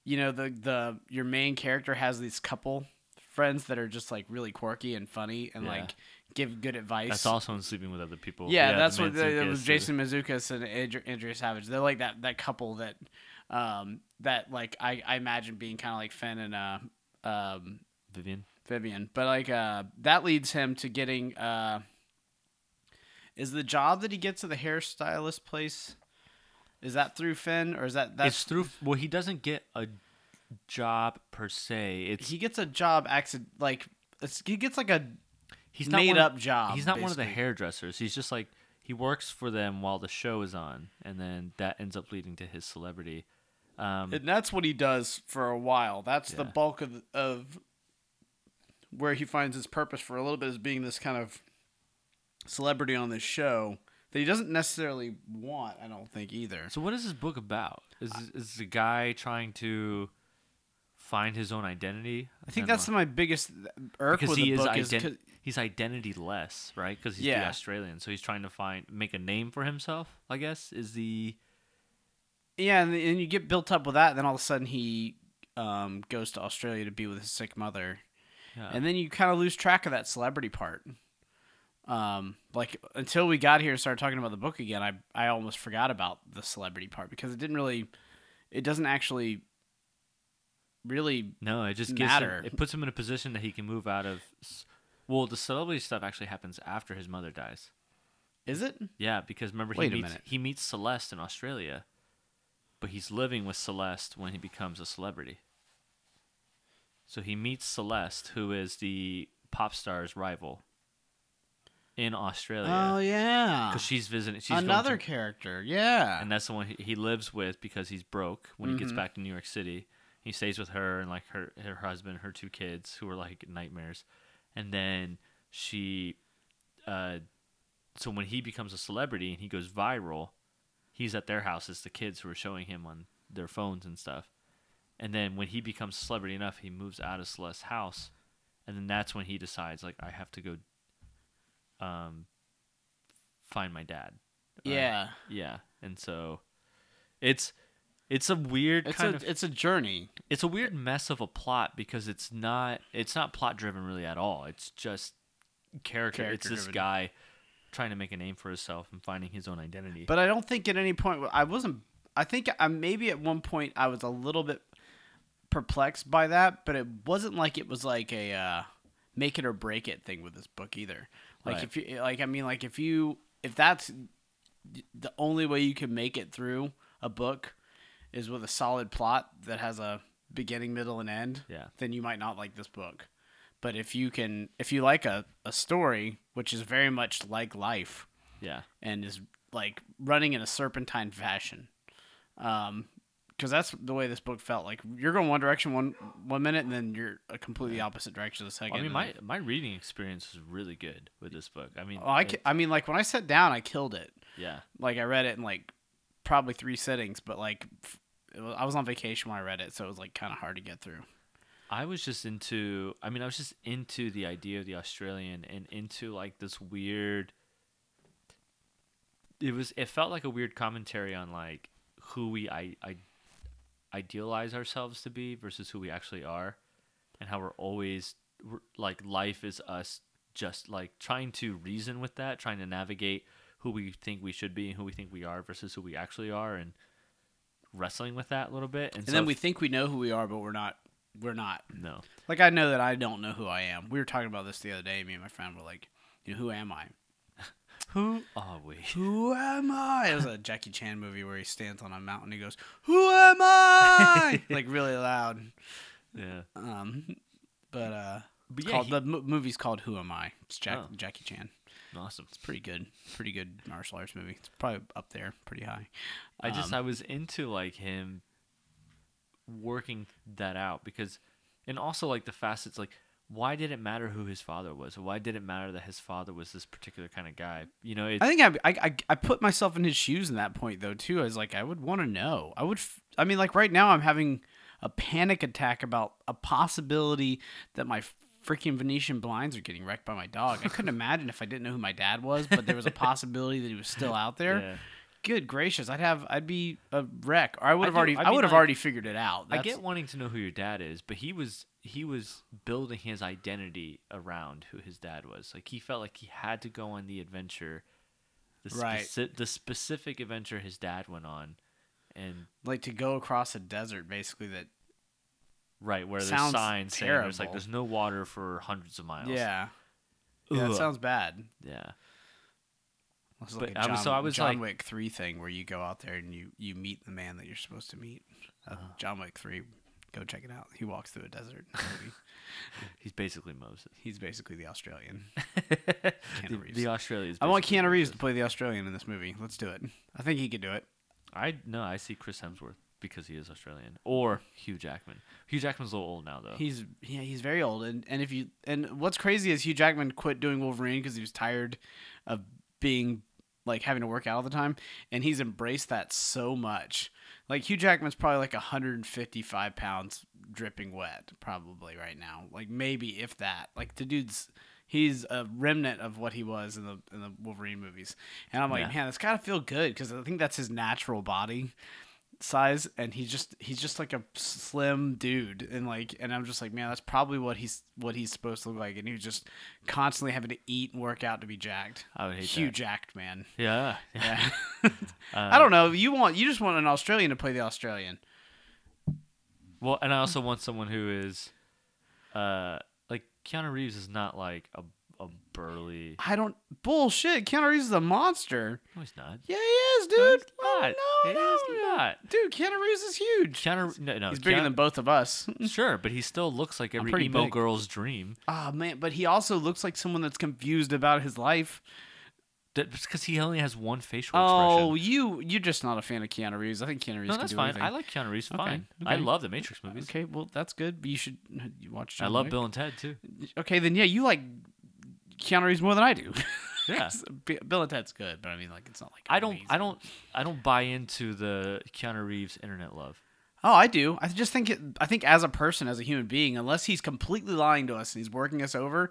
B: you know the the your main character has these couple friends that are just like really quirky and funny and
A: Yeah.
B: like give good advice.
A: That's also in sleeping with other people.
B: Yeah, that's
A: the
B: what the, it
A: Mantzoukas
B: was.
A: to-
B: Jason Mizukas and Andrew, Andrea Savage. They're like that that couple that, um, that like I, I imagine being kind of like Finn and uh, um,
A: Vivian.
B: Vivian. But like uh, that leads him to getting uh, is the job that he gets at the hairstylist place. Is that through Finn or is that that's
A: it's through. Well, he doesn't get a job per se. It's
B: he gets a job accident like it's, he gets like a
A: he's
B: made
A: one-
B: up job,
A: He's not one of the
B: basically.
A: hairdressers. He's just like he works for them while the show is on, and then that ends up leading to his celebrity. Um,
B: and that's what he does for a while. That's the
A: Yeah.
B: bulk of of where he finds his purpose for a little bit is being this kind of celebrity on this show that he doesn't necessarily want. I don't think either.
A: so, what is this book about? Is is the guy trying to find his own identity?
B: I think that's
A: the,
B: my biggest irk
A: because
B: with
A: he
B: the
A: is
B: book is
A: ident-
B: 'cause-
A: he's identity less, right? Because he's the
B: Yeah.
A: Australian, so he's trying to find make a name for himself. I guess is the
B: yeah, and, and you get built up with that. Then all of a sudden he um, goes to Australia to be with his sick mother,
A: Yeah.
B: and then you kind of lose track of that celebrity part. Um, like until we got here and started talking about the book again, I I almost forgot about the celebrity part because it didn't really, it doesn't actually really
A: No, it just gives him,
B: matter.
A: it puts him in a position that he can move out of. s- Well, the celebrity stuff actually happens after his mother dies.
B: is it
A: Yeah, because remember he
B: Wait a
A: meets
B: minute.
A: he meets Celeste in Australia, but he's living with Celeste when he becomes a celebrity. So he meets Celeste, who is the pop star's rival in
B: oh
A: Australia,
B: yeah
A: because she's visiting. She's going
B: another
A: to-
B: character yeah
A: and that's the one he- he lives with because he's broke when he gets back to New York City. He stays with her and like her her husband, her two kids who are like nightmares. And then she uh so when he becomes a celebrity and he goes viral, he's at their house it's the kids who are showing him on their phones and stuff. And then when he becomes celebrity enough, he moves out of Celeste's house and then that's when he decides like I have to go um find my dad. or-
B: yeah
A: yeah, and so it's it's a weird
B: it's
A: kind
B: a
A: of
B: it's a journey
A: it's a weird mess of a plot because it's not it's not plot driven really at all. It's just character. it's this
B: Character-driven.
A: guy trying to make a name for himself and finding his own identity.
B: But I don't think at any point I wasn't. I think I, maybe at one point I was a little bit perplexed by that, but it wasn't like it was like a. Uh, make it or break it thing with this book either. Like
A: Right.
B: if you like, I mean, like if you if that's the only way you can make it through a book is with a solid plot that has a beginning, middle, and end.
A: Yeah.
B: Then you might not like this book. But if you can, if you like a, a story which is very much like life,
A: Yeah.
B: and is like running in a serpentine fashion. Um, because that's the way this book felt. Like you're going one direction one one minute, and then you're a completely opposite direction the
A: I
B: second.
A: mean,
B: and
A: my,
B: then-
A: my reading experience was really good with this book. I mean,
B: oh, I,
A: it-
B: ca- I mean, like when I sat down, I killed it.
A: yeah,
B: Like I read it in like probably three settings, but like f- it was, I was on vacation when I read it, so it was like kind of hard to get through.
A: I was just into. I mean, I was just into the idea of the Australian and into like this weird. It was. It felt like a weird commentary on like who we I, I idealize ourselves to be versus who we actually are, and how we're always we're, like life is us just like trying to reason with that, trying to navigate who we think we should be and who we think we are versus who we actually are, and wrestling with that a little bit. And,
B: And
A: so
B: then we think we know who we are, but we're not. We're not.
A: no.
B: Like I know that I don't know who I am. We were talking about this the other day. Me and my friend were like, you know, who am I?
A: Who are we?
B: Who am I? It was a Jackie Chan movie where he stands on a mountain. He goes, "Who am I?" like really loud.
A: Yeah.
B: Um, but uh,
A: But
B: it's
A: yeah,
B: called,
A: he-
B: the mo- movie's called "Who Am I?" It's Jack-
A: Oh.
B: Jackie Chan.
A: Awesome.
B: It's pretty good. Pretty good martial arts movie. It's probably up there, pretty high.
A: I just
B: Um,
A: I was into like him working that out because and also like the facets like why did it matter who his father was? Why did it matter that his father was this particular kind of guy? You know, it,
B: I think I, I I I put myself in his shoes in that point though too. I was like, I would want to know. I would. F- I mean, like right now, I'm having a panic attack about a possibility that my freaking Venetian blinds are getting wrecked by my dog. I couldn't imagine if I didn't know who my dad was, but there was a possibility that he was still out there.
A: Yeah.
B: Good gracious, I'd have I'd be a wreck, or I would have
A: do-
B: already
A: I
B: I,
A: mean,
B: would have
A: like,
B: already figured it out.
A: I
B: That's-
A: get wanting to know who your dad is, but he was he was building his identity around who his dad was. Like he felt like he had to go on the adventure, the,
B: Right.
A: speci- the specific adventure his dad went on, and
B: like to go across a desert basically that
A: right where there's
B: Sounds
A: signs saying there's like
B: terrible.
A: there's no water for hundreds of miles.
B: yeah. Yeah, that
A: Ugh.
B: sounds bad.
A: Yeah.
B: It's
A: But
B: like a
A: I
B: John,
A: was- so I was
B: John
A: like-
B: Wick three thing where you go out there and you you meet the man that you're supposed to meet. Uh,
A: Uh-huh.
B: John Wick three, go check it out. He walks through a desert. in the movie.
A: He's basically Moses.
B: He's basically the Australian.
A: the,
B: Reeves.
A: the Australians.
B: I want
A: basically
B: Keanu Reeves
A: Moses.
B: to play the Australian in this movie. Let's do it. I think he could do it.
A: I no, I see Chris Hemsworth because he is Australian, or Hugh Jackman. Hugh Jackman's a little old now though.
B: He's yeah, he's very old and and if you and what's crazy is Hugh Jackman quit doing Wolverine because he was tired of being like having to work out all the time and he's embraced that so much. Like Hugh Jackman's probably like 155 pounds dripping wet probably right now. Like maybe if that. Like the dude's he's a remnant of what he was in the in the Wolverine movies. And I'm like,
A: Yeah.
B: man, that's got to feel good cuz I think that's his natural body size and he's just he's just like a slim dude and like and i'm just like man that's probably what he's what he's supposed to look like and he was just constantly having to eat and work out to be jacked
A: I would hate
B: Hugh
A: that.
B: jacked man
A: yeah.
B: yeah i
A: Uh,
B: don't know you want you just want an australian to play the australian
A: well, and I also want someone who is, uh, like Keanu Reeves is not like a a burly.
B: i don't bullshit keanu reeves is a monster
A: No, he's not.
B: yeah he is dude
A: No, he's
B: Oh,
A: not.
B: no,
A: He
B: no,
A: is
B: no.
A: not.
B: dude keanu reeves is huge
A: Keanu. No, no.
B: he's bigger
A: Keanu-
B: than both of us
A: Sure, but he still looks like every
B: pretty
A: emo
B: big.
A: girl's dream.
B: Ah man but he also looks like someone that's confused about his life
A: Because he only has one facial expression.
B: Oh, you you're just not a fan of Keanu Reeves. I think Keanu Reeves
A: no,
B: can
A: that's
B: do
A: fine.
B: anything.
A: I like Keanu Reeves.
B: Okay,
A: Fine. I
B: okay.
A: love the Matrix movies.
B: okay, well that's good. But you should you watch.
A: I
B: John
A: love
B: Wick.
A: Bill and Ted too.
B: Okay, then yeah, you like Keanu Reeves more than I do.
A: Yeah.
B: B- Bill and Ted's good, but I mean, like it's not like
A: I don't I
B: amazing.
A: don't I don't buy into the Keanu Reeves internet love.
B: Oh, I do. I just think it, I think as a person, as a human being, unless he's completely lying to us and he's working us over,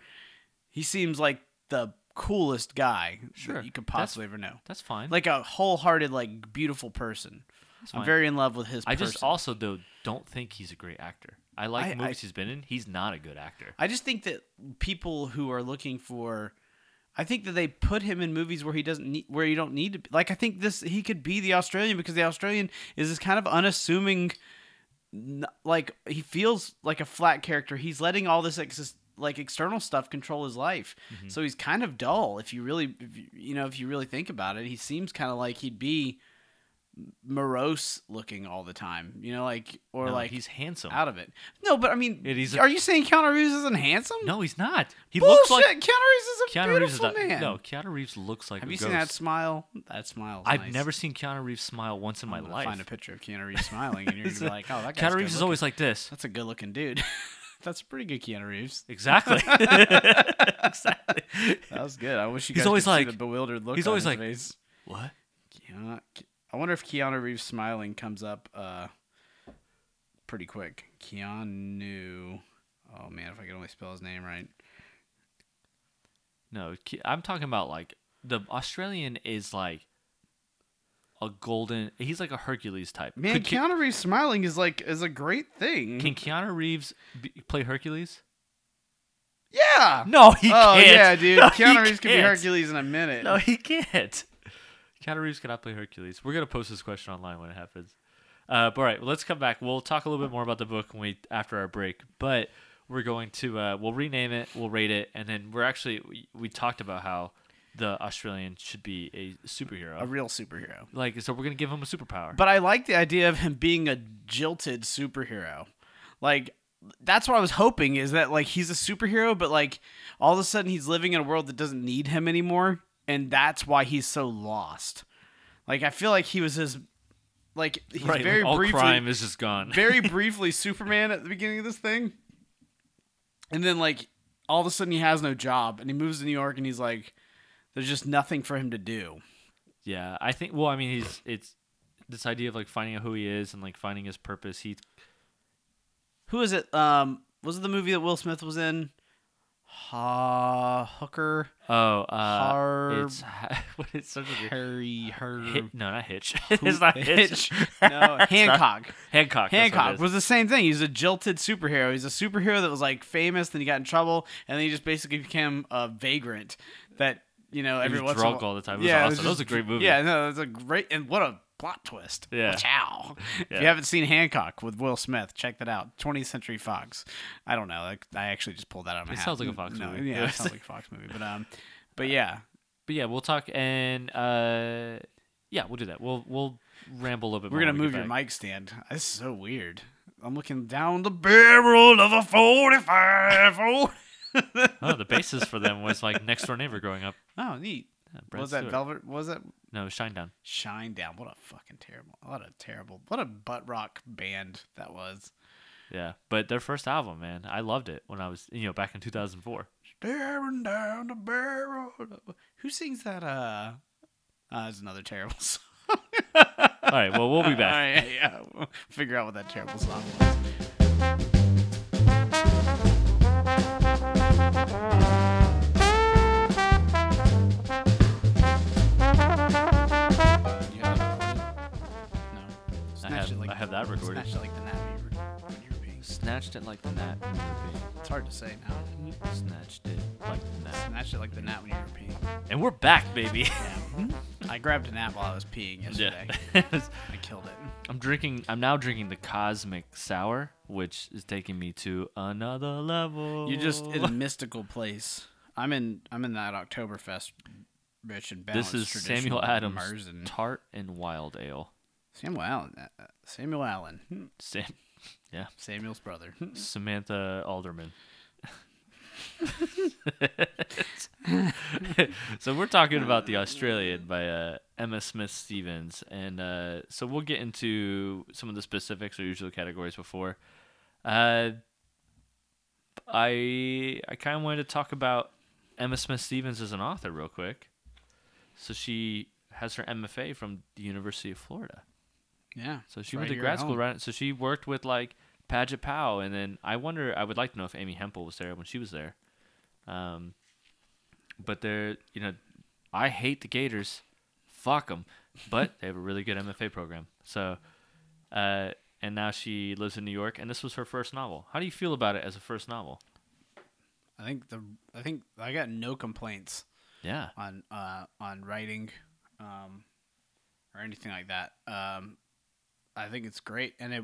B: he seems like the coolest guy
A: Sure.
B: that you could
A: That's-
B: possibly ever know.
A: That's fine.
B: Like a wholehearted, like beautiful person.
A: That's
B: I'm
A: fine.
B: very in love with his.
A: I just
B: person.
A: also though don't think he's a great actor. I like
B: I- I-
A: movies he's been in. He's not a good actor.
B: I just think that people who are looking for, I think that they put him in movies where he doesn't need, where you don't need to. Be. Like I think this he could be the Australian because the Australian is this kind of unassuming, n- like he feels like a flat character. He's letting all this exis- like external stuff control his life.
A: Mm-hmm.
B: So he's kind of dull if you really if you, you know if you really think about it. He seems kind of like he'd be morose looking all the time. You know like or
A: No,
B: like
A: he's handsome.
B: out of it. No, but I mean,
A: It is a-
B: are you saying Keanu Reeves isn't handsome?
A: no, he's not. He
B: Bullshit.
A: looks like
B: Keanu
A: Keanu
B: Reeves
A: Reeves.
B: is
A: Is
B: a beautiful
A: not,
B: man.
A: no, Keanu Reeves looks like.
B: Have
A: a
B: you
A: ghost.
B: seen that smile? That smile.
A: I've never seen Keanu Reeves smile once in my life.
B: Find a picture of Keanu Reeves smiling, and you're gonna
A: He's
B: be
A: a-
B: like, "Oh, that guy's
A: Keanu Reeves is
B: good-looking.
A: always like this.
B: That's a good looking dude. That's a pretty good Keanu Reeves.
A: Exactly. exactly.
B: That was good. I wish you
A: He's
B: guys
A: always
B: could see
A: like-
B: the bewildered look.
A: he's
B: on
A: always
B: his
A: like-
B: face.
A: What?
B: Keanu, I wonder if Keanu Reeves smiling comes up uh, pretty quick. Keanu. Oh man, if I could only spell his name right.
A: No, Ke- I'm talking about like the Australian is like a golden. He's like a Hercules type.
B: Man,
A: Could Ke-
B: Keanu Reeves smiling is like is a great thing.
A: can Keanu Reeves be, play Hercules?
B: yeah.
A: No, he
B: oh
A: can't.
B: yeah, dude.
A: No, he
B: Keanu Reeves could be
A: can't.
B: Hercules in a minute.
A: No, he can't. Keanu Reeves cannot play Hercules. We're gonna post this question online when it happens. Uh, but all right, let's come back. We'll talk a little bit more about the book when we after our break. But we're going to uh, we'll rename it, we'll rate it, and then we're actually we, we talked about how the Australian should be a superhero.
B: A real superhero.
A: like so, we're gonna give him a superpower.
B: But I like the idea of him being a jilted superhero. Like that's what I was hoping is that like he's a superhero, but like all of a sudden he's living in a world that doesn't need him anymore, and that's why he's so lost. Like I feel like he was his like he's
A: right,
B: very
A: all
B: briefly
A: crime is just gone.
B: very briefly Superman at the beginning of this thing. And then like all of a sudden he has no job and he moves to New York and he's like there's just nothing for him to do.
A: Yeah, I think. Well, I mean, he's it's this idea of like finding out who he is and like finding his purpose. He
B: Who is it? Um was it the movie that Will Smith was in? Ha Hooker
A: oh, uh,
B: Har-
A: it's what it's such a weird-
B: Harry Her
A: Hit, no, not Hitch. it's not Mm. Hitch.
B: No,
A: It's not-
B: Hancock.
A: Hancock. that's what it
B: Hancock
A: is.
B: was the same thing. He's a jilted superhero. He's a superhero that was like famous, then he got in trouble, and then he just basically became a vagrant that you know
A: He was
B: every once in a
A: drunk
B: while-
A: all the time. It was
B: it
A: awesome. that was a
B: just-
A: great movie.
B: Yeah, no, that's a great and what a plot twist.
A: Yeah.
B: Chow. If
A: Yeah.
B: you haven't seen Hancock with Will Smith, check that out. 20th Century Fox. I don't know. Like I actually just pulled that out of my
A: It
B: hat.
A: sounds like a Fox
B: No,
A: movie.
B: Yeah, it sounds like a Fox movie. But um but yeah.
A: But yeah, we'll talk and uh, yeah, we'll do that. We'll we'll ramble a little bit.
B: We're
A: more
B: gonna
A: when we
B: move
A: get
B: your
A: back.
B: mic stand. That's so weird. I'm looking down the barrel of a 45. Oh,
A: Oh, the basis for them was like next door neighbor growing up.
B: oh neat.
A: Yeah, Brad
B: What was that
A: Stewart.
B: velvet? What was that
A: No, Shinedown.
B: shine down? What a fucking terrible! What a terrible! What a butt rock band that was.
A: Yeah, but their first album, man, I loved it when I was you know back in 2004.
B: Staring down the barrel. of- Who sings that? Uh, uh it's another terrible song.
A: All right, well we'll be back.
B: Uh, All right, yeah, we'll figure out what that terrible song was. You have that recorded? No. Snatch
A: have-
B: it like-
A: I have that recorded.
B: Snatch it like the nap you were- when you were being-
A: Snatched it like the gnat. when you
B: It's hard to say now.
A: were peeing. Snatched it like the gnat.
B: Snatch it like the nap when you were peeing.
A: And we're back, baby.
B: I grabbed a nap while I was peeing yesterday.
A: Yeah.
B: I killed it.
A: I'm drinking. I'm now drinking the Cosmic Sour, which is taking me to another level.
B: You're just
A: Oh.
B: in a mystical place. I'm in I'm in that Oktoberfest rich and balanced
A: this is
B: traditional
A: Samuel Adams
B: Merzen.
A: tart and wild ale.
B: Samuel Allen. uh, uh, Samuel Allen. Hmm.
A: Sam, yeah,
B: Samuel's brother. Hmm.
A: Samantha Alderman. so we're talking about the Australian by uh, Emma Smith Stevens, and uh, so we'll get into some of the specifics or usual categories before. Uh, I I kind of wanted to talk about Emma Smith Stevens as an author real quick. So she has her MFA from the University of Florida.
B: Yeah.
A: So
B: it's
A: she
B: right
A: went to
B: here at
A: grad school,
B: home.
A: right? So she worked with like Paget Powell, and then I wonder. I would like to know if Amy Hempel was there when she was there. Um, but they're you know, I hate the Gators, fuck them, but they have a really good MFA program. So, uh, and now she lives in New York, and this was her first novel. How do you feel about it as a first novel?
B: I think the I think I got no complaints
A: Yeah,
B: on uh on writing um or anything like that. Um I think it's great and it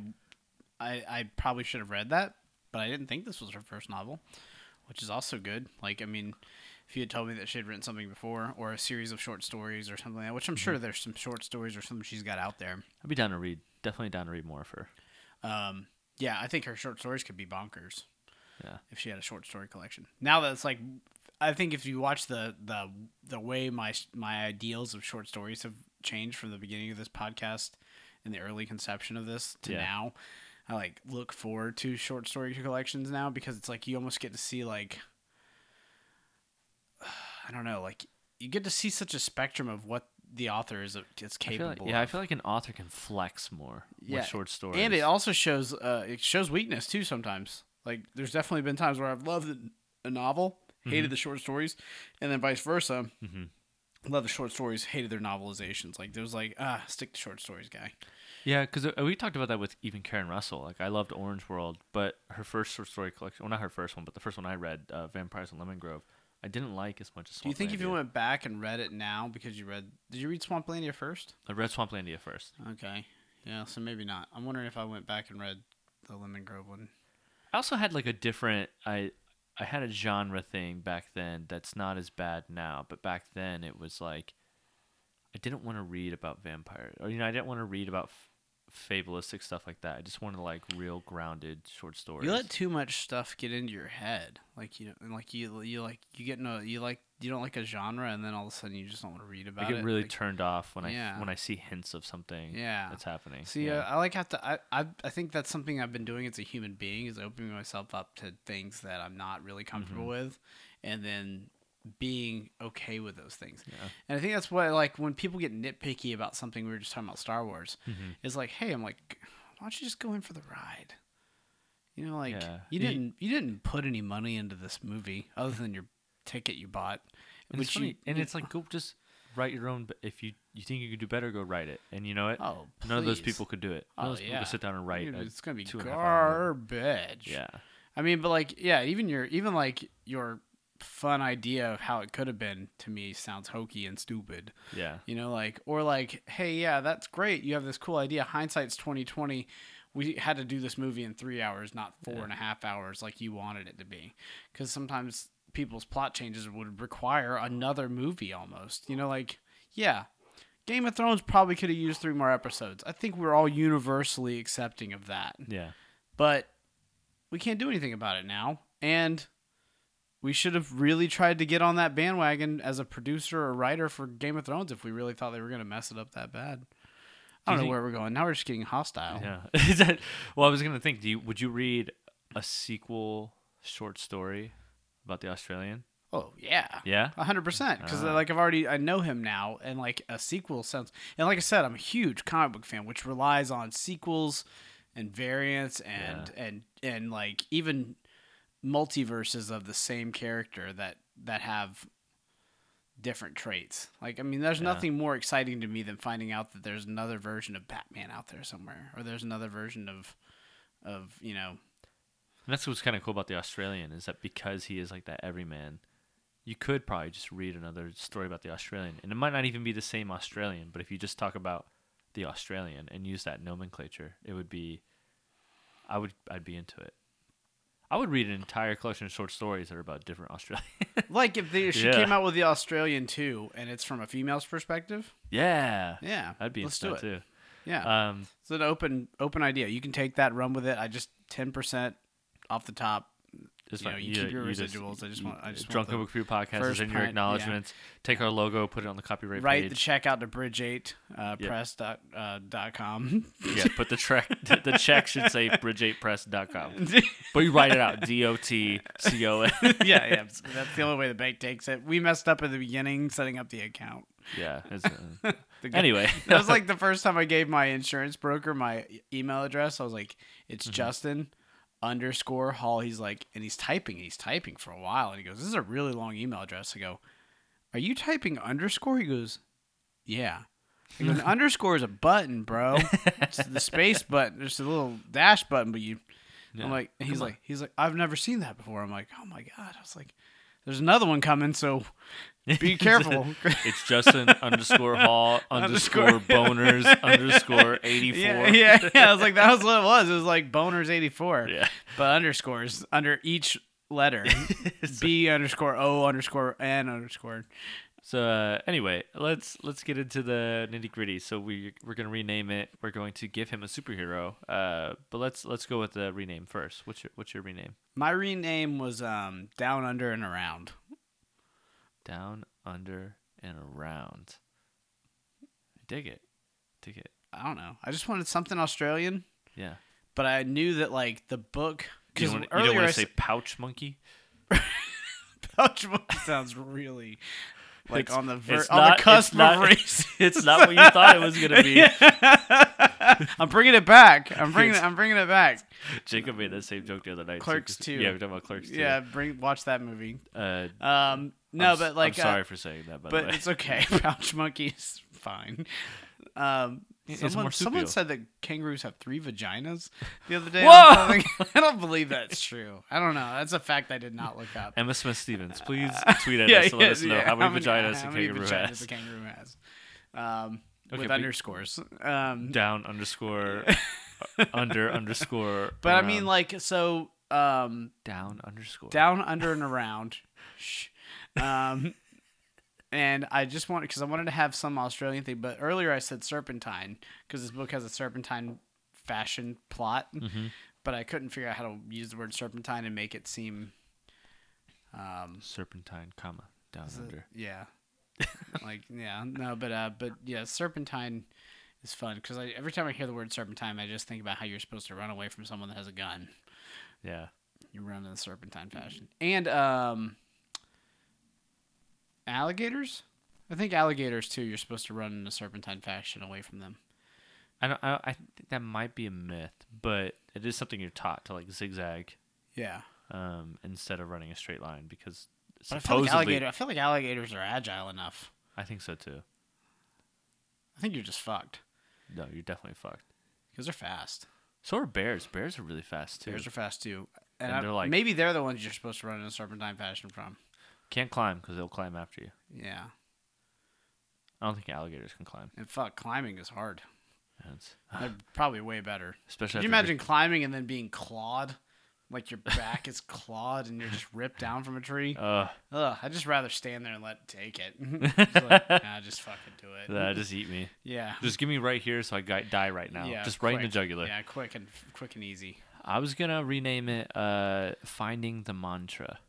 B: I I probably should have read that, but I didn't think this was her first novel, which is also good. Like, I mean, if you had told me that she had written something before or a series of short stories or something like that, which I'm sure there's some short stories or something she's got out there.
A: I'd be down to read. Definitely down to read more of her.
B: Um, yeah, I think her short stories could be bonkers
A: Yeah.
B: if she had a short story collection. Now that's like, I think if you watch the the the way my my ideals of short stories have changed from the beginning of this podcast and the early conception of this to
A: Yeah.
B: now, I like look forward to short story collections now because it's like you almost get to see like, I don't know, like you get to see such a spectrum of what the author is uh, is
A: I feel
B: capable.
A: like, yeah, I
B: of.
A: feel like an author can flex more
B: Yeah,
A: with short stories.
B: And it also shows uh, it shows weakness too sometimes. Like there's definitely been times where I've loved a novel,
A: Mm-hmm.
B: hated the short stories, and then vice versa.
A: Mhm.
B: Loved the short stories, hated their novelizations. Like there's like ah, stick to short stories, guy.
A: Yeah, because we talked about that with even Karen Russell. Like, I loved Orange World, but her first short story collection, well, not her first one, but the first one I read, uh, Vampires in Lemon Grove, I didn't like as much as
B: Do you think if you
A: Swamplandia.
B: went back and read it now because you read did you read Swamplandia first?
A: I read Swamplandia first.
B: Okay, yeah, so maybe not. I'm wondering if I went back and read the Lemon Grove one.
A: I also had like a different I I had a genre thing back then that's not as bad now, but back then it was like I didn't want to read about vampires, or you know, I didn't want to read about f- fabulistic stuff like that. I just wanted like real grounded short stories.
B: You let too much stuff get into your head, like you know, like you you like you get no you like you don't like a genre, and then all of a sudden you just don't want to read about
A: I get
B: it.
A: really
B: Like,
A: turned off when
B: Yeah.
A: I when I see hints of something
B: Yeah.
A: that's happening.
B: See, uh, I like have to. I, I I think that's something I've been doing as a human being is opening myself up to things that I'm not really comfortable
A: Mm-hmm.
B: with, and then being okay with those things.
A: Yeah.
B: And I think that's what like when people get nitpicky about something. We were just talking about Star Wars.
A: Mm-hmm.
B: It's like, hey, I'm like, why don't you just go in for the ride? You know, like
A: Yeah.
B: you
A: You-
B: didn't you didn't put any money into this movie other than your ticket you bought,
A: and it's
B: which you-
A: funny, and it's like go just write your own. b- If you you think you could do better, go write it. And you know it.
B: oh
A: None of those
B: please.
A: people could do it. None of
B: Oh,
A: those people
B: yeah.
A: could sit down and write.
B: Dude,
A: a
B: it's gonna be
A: two and a half hour movie.
B: garbage.
A: Yeah.
B: I mean, but like, yeah, even your even like your fun idea of how it could have been to me sounds hokey and stupid.
A: Yeah.
B: You know, like or like, hey, yeah, that's great. You have this cool idea. Hindsight's twenty twenty. We had to do this movie in three hours, not four
A: Yeah.
B: and a half hours, like you wanted it to be. Because sometimes people's plot changes would require another movie almost. You know, like yeah, Game of Thrones probably could have used three more episodes. I think we're all universally accepting of that
A: Yeah.
B: but we can't do anything about it now. And we should have really tried to get on that bandwagon as a producer or writer for Game of Thrones if we really thought they were going to mess it up that bad. I
A: Do you
B: don't know
A: think-
B: where we're going. Now we're just getting hostile.
A: Yeah. Is that, well, I was gonna think. Do you would you read a sequel short story about the Australian?
B: Oh, yeah.
A: Yeah.
B: a 100% because
A: Ah.
B: uh, like I've already I know him now and like a sequel sounds and like I said I'm a huge comic book fan which relies on sequels and variants and and and like even multiverses of the same character that that have different traits. Like I mean there's
A: Yeah.
B: nothing more exciting to me than finding out that there's another version of Batman out there somewhere or there's another version of of, you know,
A: And that's what's kind of cool about the Australian is that because he is like that everyman, you could probably just read another story about the Australian, and it might not even be the same Australian. But if you just talk about the Australian and use that nomenclature, it would be. I would. I'd be into it. I would read an entire collection of short stories that are about different Australians.
B: like if they, she
A: Yeah.
B: came out with the Australian too and it's from a female's perspective.
A: yeah.
B: Yeah.
A: I'd be
B: Let's
A: into
B: do
A: that
B: it. Uh,
A: too.
B: Yeah.
A: Um,
B: It's an open open idea. You can take that, run with it. I just ten percent off the top.
A: It's
B: You know,
A: fine.
B: you keep your
A: just-
B: residuals. I just
A: you-
B: want- I just want
A: drunken
B: the
A: book for your podcast
B: first
A: is in your
B: print, yeah.
A: acknowledgments. Take our logo, put it on the copyright
B: Write the
A: page.
B: check out to bridge eight uh,
A: Yeah.
B: press dot, uh, dot com.
A: yeah, put the check. The check should say bridge8press.com. But you write it out. D O T C O N.
B: yeah, yeah. That's the only way the bank takes it. We messed up at the beginning setting up the account.
A: Yeah. it's, uh,
B: The guy-
A: anyway,
B: that was like the first time I gave my insurance broker my e- email address. I was like, it's
A: Mm-hmm.
B: Justin underscore Hall. He's like, and he's typing. He's typing for a while. And he goes, this is a really long email address. I go, are you typing underscore? He goes, yeah. I go, "An underscore is a button, bro. It's the space button. There's a little dash button, but you.
A: Yeah.
B: I'm like, and he's
A: Come on.
B: like, he's like, I've never seen that before. I'm like, oh my god. I was like, there's another one coming, so be careful.
A: it's Justin underscore Hall underscore boners underscore 84.
B: Yeah, yeah, yeah. I was like, that was what it was. It was like boners eighty four.
A: Yeah.
B: But underscores under each letter B underscore O underscore N underscore.
A: So uh, anyway, let's let's get into the nitty gritty. So we we're gonna rename it. We're going to give him a superhero. Uh, but let's let's go with the rename first. What's your what's your rename?
B: My rename was um, Down Under and Around.
A: Down under and around. I dig it, dig it.
B: I don't know. I just wanted something Australian,
A: Yeah.
B: but I knew that like the book.
A: You
B: Because
A: don't, wanna- you don't
B: earlier
A: want
B: I oh,
A: to say pouch monkey.
B: pouch monkey sounds really like
A: It's-
B: on the ver-
A: it's
B: on
A: not-
B: the
A: it's
B: cusp
A: not-
B: of race.
A: It's not what you thought it was gonna be.
B: I'm bringing it back. I'm bringing it. I'm bringing it back.
A: Jacob made that same joke the other night. too,
B: Clerks
A: 'cause-
B: too.
A: Yeah, we're talking about clerks too.
B: Yeah, bring watch that movie.
A: Uh,
B: Um, no,
A: I'm s-
B: but like,
A: I'm
B: uh,
A: sorry for saying that, by
B: but
A: the way.
B: it's okay. Pouch monkeys, fine. Um,
A: It's a
B: someone, someone
A: marsupial.
B: said that kangaroos have three vaginas the other day.
A: Whoa!
B: on something. I don't believe that's true. I don't know. That's a fact I did not look up.
A: Emma Smith Stevens, please tweet at us to let us know
B: yeah.
A: how many vaginas
B: how
A: a
B: many
A: kangaroo
B: vaginas
A: has.
B: a kangaroo has. Um,
A: Okay,
B: with
A: but-
B: underscores. Um,
A: Down underscore under underscore.
B: but I mean,
A: around.
B: like, so um,
A: down underscore.
B: down, under, and around. Shh. Um, and I just wanted because I wanted to have some Australian thing, but earlier I said serpentine because this book has a serpentine fashion plot,
A: Hmm.
B: but I couldn't figure out how to use the word serpentine and make it seem, um,
A: serpentine, comma down under.
B: yeah, like yeah, no, but uh, but yeah, serpentine is fun because I every time I hear the word serpentine, I just think about how you're supposed to run away from someone that has a gun.
A: Yeah.
B: You run in the serpentine fashion. And um alligators? I think alligators too, you're supposed to run in a serpentine fashion away from them.
A: I don't. I, I think that might be a myth, but it is something you're taught to like zigzag
B: Yeah.
A: um, instead of running a straight line because
B: But I
A: supposedly
B: feel, like alligator, I feel like alligators are agile enough.
A: I think so too.
B: I think you're just fucked
A: No, you're definitely fucked.
B: because they're fast.
A: So are bears. Bears are really fast too.
B: Bears are fast too. And,
A: And
B: I-
A: they're like-
B: the ones you're supposed to run in a serpentine fashion from.
A: Can't climb because they'll climb after you.
B: Yeah.
A: I don't think alligators can climb.
B: And fuck, climbing is hard.
A: That's-
B: They're probably way better.
A: especially
B: Could you
A: after-
B: imagine climbing and then being clawed? Like your back is clawed and you're just ripped down from a tree?
A: Uh,
B: Ugh, I'd just rather stand there and let it take it. just like, nah, just fucking do it.
A: nah, just eat me.
B: yeah.
A: Just give me right here so I gu- die right now.
B: yeah.
A: just right in the
B: quick.
A: jugular.
B: Yeah, quick and quick and easy.
A: I was gonna rename it uh Finding the Mantra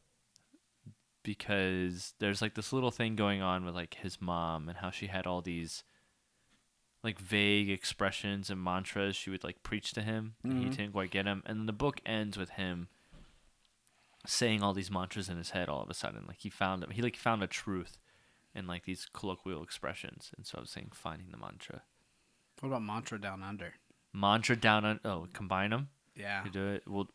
A: because there's like this little thing going on with like his mom and how she had all these like vague expressions and mantras she would like preach to him
B: Mm-hmm.
A: and he didn't quite get him and then the book ends with him saying all these mantras in his head all of a sudden like he found he like found a truth in like these colloquial expressions and so I was saying finding the mantra
B: What about mantra down under?
A: mantra down on oh combine them
B: Yeah.
A: you do it we'll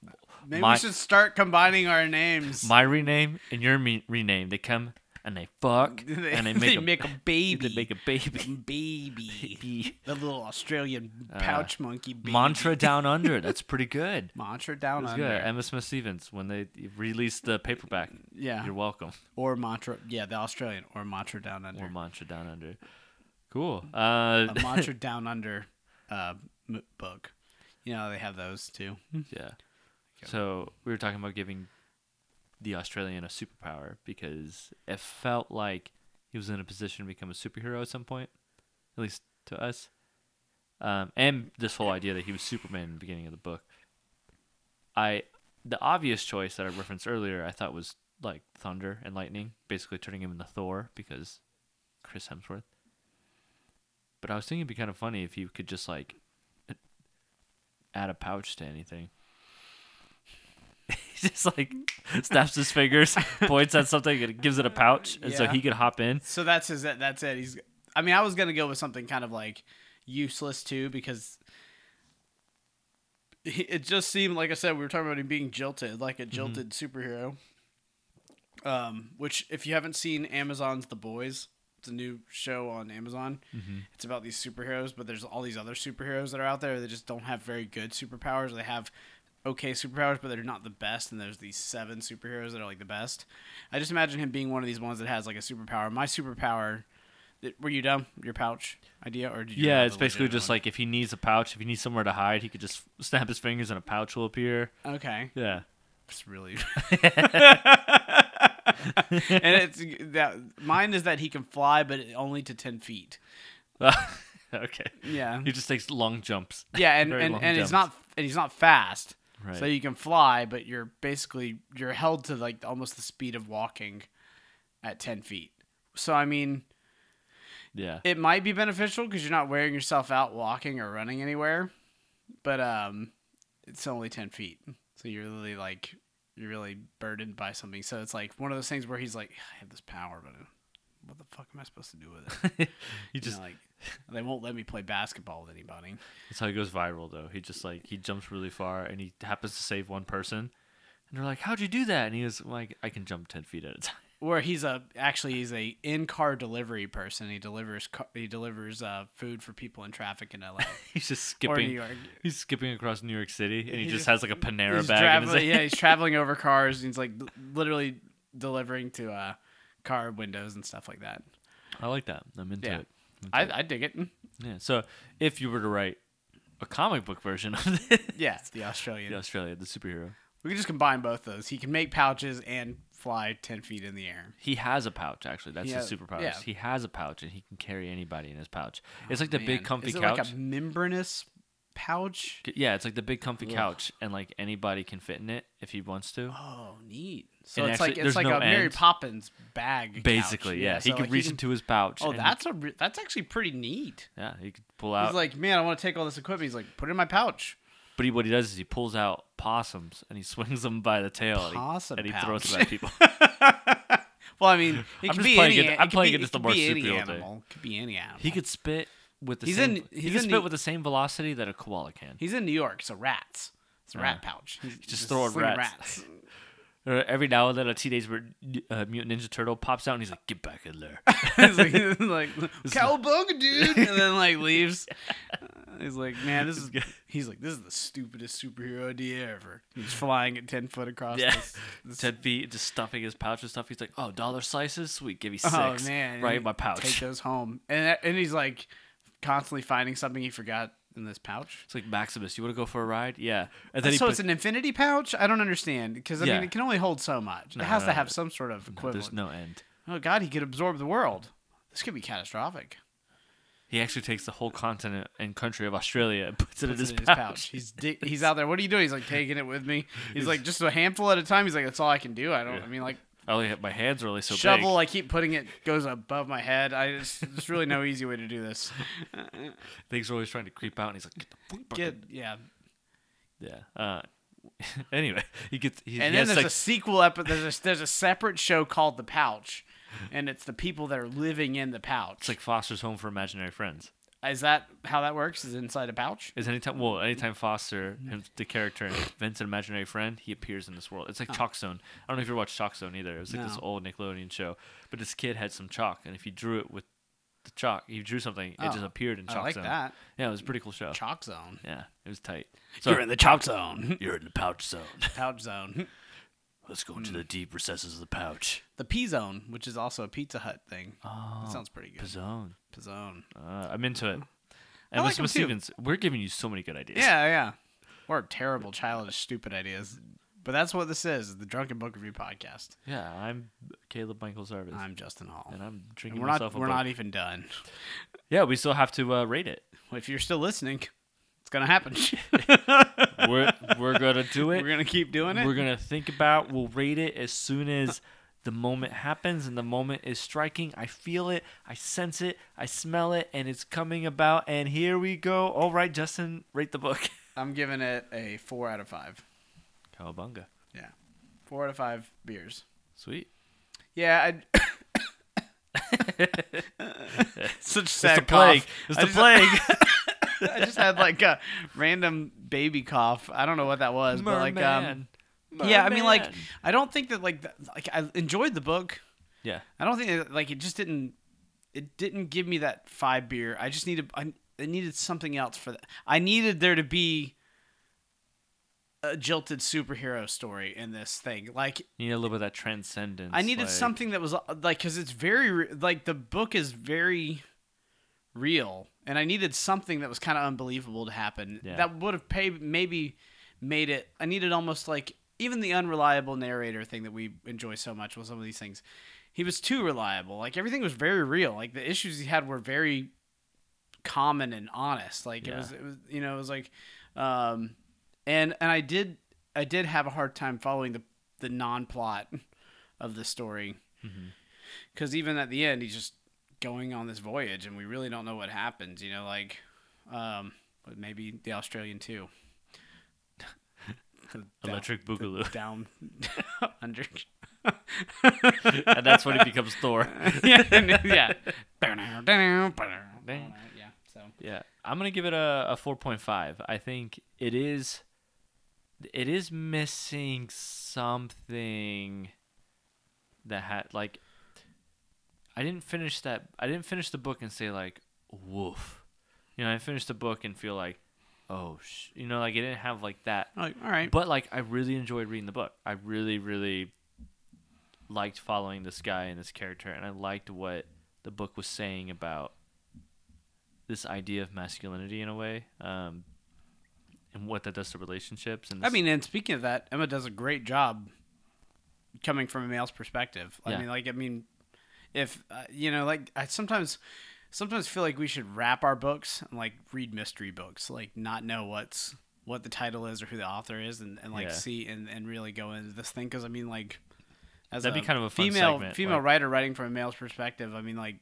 B: Maybe
A: my-
B: we should start combining our names.
A: my rename and your me- rename. They come and they fuck
B: They-
A: and they make,
B: they
A: a,
B: make a baby.
A: They make a baby.
B: baby.
A: Baby.
B: The little Australian pouch monkey baby.
A: Uh, Mantra down under. That's pretty good.
B: Mantra down
A: That's
B: under.
A: good. Emma Smith Stevens when they released the paperback.
B: Yeah.
A: You're welcome.
B: Or mantra. Yeah, the Australian. Or mantra down under.
A: Or mantra down under. Cool. Uh,
B: a mantra down under uh, m- book. You know, they have those too.
A: yeah. So we were talking about giving the Australian a superpower because it felt like he was in a position to become a superhero at some point, at least to us. Um, and this whole idea that he was Superman in the beginning of the book. I the obvious choice that I referenced earlier I thought was like thunder and lightning, basically turning him into Thor because Chris Hemsworth. But I was thinking it'd be kind of funny if he could just like add a pouch to anything. he just like snaps his fingers, points at something, and gives it a pouch, and so
B: Yeah.
A: he could hop in.
B: So that's his. that- That's it. He's. I mean, I was gonna go with something kind of like useless too because he- it just seemed like I said we were talking about him being jilted, like a
A: Mm-hmm.
B: jilted superhero. Um, which if you haven't seen Amazon's The Boys, it's a new show on Amazon.
A: Mm-hmm.
B: It's about these superheroes, but there's all these other superheroes that are out there that just don't have very good superpowers. They have okay superpowers, but they're not the best. And there's these seven superheroes that are like the best. I just imagine him being one of these ones that has like a superpower. My superpower. it- Were you dumb? Your pouch idea, or did you?
A: Yeah,
B: have
A: it's
B: a
A: basically
B: legitimate
A: just
B: one?
A: like if he needs a pouch, if he needs somewhere to hide, he could just snap his fingers and a pouch will appear.
B: okay.
A: Yeah.
B: It's really. and it's that mine is that he can fly, but only to ten feet.
A: okay.
B: Yeah,
A: He just takes long jumps.
B: yeah, and
A: Very
B: and,
A: long
B: and
A: jumps.
B: he's not and he's not fast,
A: Right.
B: so you can fly, but you're basically you're held to like almost the speed of walking at ten feet. So I mean,
A: yeah.
B: it might be beneficial because you're not wearing yourself out walking or running anywhere, but um, it's only ten feet, so you're really like you're really burdened by something. So it's like one of those things where he's like, I have this power, but uh, what the fuck am I supposed to do with it?
A: he
B: You
A: just
B: know, like they won't let me play basketball with anybody.
A: That's how he goes viral, though. He just like he jumps really far, and he happens to save one person, and they're like, "How'd you do that?" And he was like, "I can jump ten feet at a time."
B: Where he's a actually he's a in car delivery person. He delivers car, he delivers uh, food for people in traffic in LA
A: He's just
B: or New
A: skipping.
B: York.
A: He's skipping across New York City, and he,
B: He's
A: just, has
B: just-
A: like a Panera
B: He's
A: bag. In his
B: traveling,
A: hand.
B: yeah, he's traveling over cars. And he's like l- literally delivering to uh, car windows and stuff like that.
A: I like that. I'm into
B: Yeah.
A: it.
B: I, I dig it.
A: Yeah. So if you were to write a comic book version of this,
B: Yeah, it's the Australian.
A: Australia, the superhero,
B: We can just combine both those. He can make pouches and fly ten feet in the air.
A: he has a pouch. Actually, that's
B: Yeah,
A: his superpower.
B: yeah. Oh,
A: He has a pouch, and he can carry anybody in his pouch. It's like the
B: Man,
A: big comfy
B: is it
A: couch.
B: like a membranous pouch.
A: yeah, it's like the big comfy
B: Ugh.
A: couch, and like anybody can fit in it if he wants to.
B: Oh, neat. So
A: And
B: it's
A: actually,
B: like
A: there's
B: it's like
A: no
B: a Mary
A: end.
B: Poppins bag. couch.
A: Basically, yeah. He
B: so,
A: could
B: like,
A: reach
B: can-
A: into his pouch.
B: Oh,
A: and Uh, he-
B: that's a re- that's actually pretty neat.
A: yeah. He could pull out.
B: He's like, man, I want to take all this equipment. He's like, put it in my pouch.
A: but he, what he does is he pulls out possums and he swings them by the tail and he-
B: Possum
A: and he,
B: pouch.
A: throws them at people.
B: Well, I mean, it
A: just
B: could be
A: playing
B: any.
A: it- I'm
B: could
A: playing
B: be-
A: against the
B: could be any
A: marsupial thing.
B: animal. Could be any animal.
A: he could spit with the
B: He's
A: same.
B: in-
A: he
B: he's
A: could
B: in
A: spit
B: the-
A: with the same velocity that a koala can.
B: He's in New York, so rats. It's a rat
A: Yeah.
B: pouch. He's
A: just throwing
B: slinging
A: rats. Or Every now and then, a teenage Mut- uh, mutant ninja turtle pops out and he's like, "Get back in there."
B: he's like, he's like cowabunga, dude, and then like leaves. He's like, man, this is
A: good.
B: He's like, this is the stupidest superhero idea ever. He's flying at ten foot across.
A: Yeah.
B: This, this
A: Ten feet, just stuffing his pouch with stuff. He's like, "Oh, dollar slices, sweet. Give me six.
B: oh man,
A: right
B: and
A: in my pouch."
B: Take those home, and that- and he's like constantly finding something he forgot in this pouch.
A: it's like Maximus, you want to go for a ride? Yeah. And then he
B: so
A: puts,
B: it's an infinity pouch. I don't understand because I
A: Yeah.
B: mean it can only hold so much.
A: No,
B: it has
A: no,
B: to have some sort of
A: there's
B: equivalent.
A: no end.
B: Oh God, he could absorb the world. This could be catastrophic.
A: He actually takes the whole continent and country of Australia and puts it in his
B: in his
A: pouch.
B: pouch. He's di- he's out there. What are you doing? He's like taking it with me. He's like just a handful at a time. He's like that's all I can do. I don't. I mean like
A: I only have my hands are only so
B: shovel. I keep putting it goes above my head. I just there's really no easy way to do this.
A: big. Things are always trying to creep out, and he's like, "Get the fuck back
B: Get
A: in."
B: yeah.
A: yeah." Uh, anyway, he gets he,
B: And
A: he
B: then
A: has
B: there's a
A: sex.
B: sequel ep. There's a, there's a separate show called The Pouch, and it's the people that are living in the
A: It's
B: pouch.
A: like Foster's Home for Imaginary Friends.
B: Is that how that works? Is it inside a pouch?
A: Is anytime well, anytime Foster,
B: Mm-hmm.
A: him, the character, invents an imaginary friend, he appears in this world. It's like Chalk Zone. I don't know if you watched Chalk Zone either. It was like this
B: No.
A: old Nickelodeon show, but this kid had some chalk, and if you drew it with the chalk, he drew something, it just
B: Oh,
A: appeared in Chalk
B: I like
A: Zone.
B: that
A: Yeah, it was a pretty cool show.
B: chalk zone.
A: Yeah, it was tight.
B: You're in the chalk zone.
A: you're in the pouch zone.
B: pouch zone.
A: Let's go
B: Hmm.
A: into the deep recesses of the pouch.
B: The P zone, which is also a Pizza Hut thing.
A: Oh,
B: That sounds pretty good.
A: Pizzone.
B: Pizzone.
A: Uh, I'm into it.
B: I
A: And
B: like
A: Miss
B: 'em
A: Miss
B: too.
A: Stevens, we're giving you so many good ideas.
B: Yeah, yeah. Or terrible, childish, stupid ideas. But that's what this is, the Drunken Book Review Podcast.
A: Yeah, I'm Caleb Michael Jarvis.
B: I'm Justin Hall.
A: and I'm
B: And
A: drinking
B: we're
A: myself
B: not we're
A: a
B: not
A: Bud.
B: even done.
A: Yeah, we still have to uh, rate it.
B: If you're still listening, it's gonna happen.
A: We're we're gonna do it.
B: we're gonna keep doing it.
A: We're gonna think about. We'll rate it as soon as the moment happens, and the moment is striking. I feel it. I sense it. I smell it, and it's coming about. And here we go. All right, Justin, rate the book.
B: I'm giving it a four out of five.
A: Cowabunga.
B: Yeah. Four out of five beers.
A: Sweet.
B: Yeah, I Such sad
A: it's the plague.
B: cough.
A: It's
B: I
A: the
B: just-
A: plague.
B: I just had like a random baby cough. I don't know what that was, but like um, yeah, I mean like I don't think that like th- like I enjoyed the book.
A: yeah,
B: I don't think that, like it just didn't it didn't give me that five beer. I just needed I, I needed something else for that. I needed there to be a jilted superhero story in this thing. Like
A: you need a little bit of that transcendence.
B: I needed
A: like-
B: something that was uh, like cuz it's very re- like the book is very real and I needed something that was kind of unbelievable to happen.
A: Yeah.
B: That would have paid maybe made it I needed almost like even the unreliable narrator thing that we enjoy so much with some of these things, he was too reliable. Like everything was very real. Like the issues he had were very common and honest. Like it
A: Yeah.
B: was, it was, you know, it was like, um, and and I did I did have a hard time following the the non plot of the story because even at the end he's just going on this voyage and we really don't know what happens. You know, like, um, but maybe the Australian too. The down-
A: Electric Boogaloo.
B: down under
A: and that's when he becomes Thor.
B: yeah, yeah. yeah. So
A: Yeah, I'm gonna give it a, a 4.5. I think it is, it is missing something that had like, I didn't finish that. I didn't finish the book and say like, woof. You know, I finished the book and feel like, oh, sh-. you know, like it didn't have like that.
B: all right.
A: But like, I really enjoyed reading the book. I really, really liked following this guy and this character, and I liked what the book was saying about this idea of masculinity in a way, um, and what that does to relationships. And
B: I
A: this-
B: mean, and speaking of that, Emma does a great job coming from a male's perspective. I
A: Yeah.
B: mean, like, I mean, if uh, you know, like, I sometimes, sometimes feel like we should wrap our books and like read mystery books, like not know what's what the title is or who the author is, and, and like
A: Yeah.
B: see and, and really go into this thing. Because I mean, like, as
A: That'd be kind of a fun
B: female
A: segment,
B: female
A: like-
B: writer writing from a male's perspective, I mean, like,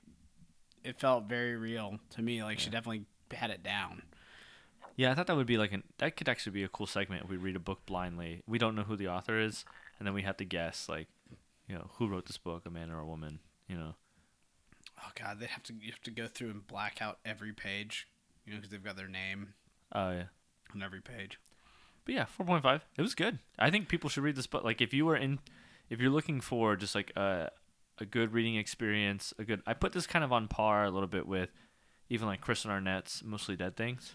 B: it felt very real to me. Like, she definitely had it down.
A: yeah, I thought that would be like an that could actually be a cool segment if we read a book blindly. We don't know who the author is, and then we have to guess like, you know, who wrote this book, a man or a woman. You know,
B: Oh god, they have to you have to go through and black out every page, you know, because they've got their name
A: uh, yeah.
B: on every page.
A: But yeah, four point five. It was good. I think people should read this book. Like if you were in, if you're looking for just like a a good reading experience, a good. I put this kind of on par a little bit with even like Kristen Arnett's Mostly Dead Things.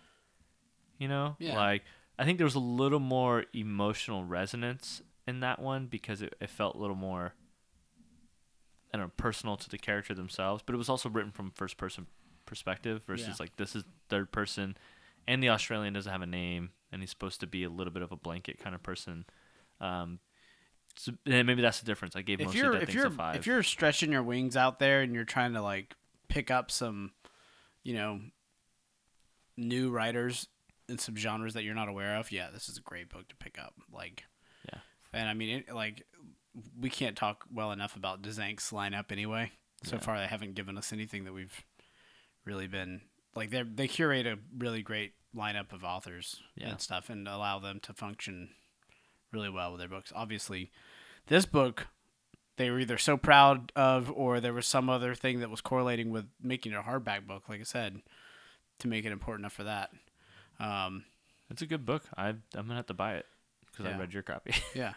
A: You know,
B: Yeah.
A: like I think there was a little more emotional resonance in that one because it, it felt a little more. I don't know, personal to the character themselves, but it was also written from first person perspective versus
B: Yeah.
A: like this is third person and the Australian doesn't have a name, and he's supposed to be a little bit of a blanket kind of person. Um, so and maybe that's the difference. I gave
B: If
A: mostly
B: you're
A: dead
B: if
A: things
B: you're
A: a five.
B: if you're stretching your wings out there and you're trying to like pick up some, you know, new writers in some genres that you're not aware of, yeah, this is a great book to pick up. Like,
A: Yeah.
B: and I mean, it, like, we can't talk well enough about Desank's lineup anyway. So
A: Yeah.
B: far, they haven't given us anything that we've really been like. They they curate a really great lineup of authors
A: Yeah.
B: and stuff, and allow them to function really well with their books. Obviously, this book they were either so proud of or there was some other thing that was correlating with making it a hardback book like i said to make it important enough for that um,
A: it's a good book. I I'm gonna have to buy it because
B: Yeah.
A: I read your copy.
B: yeah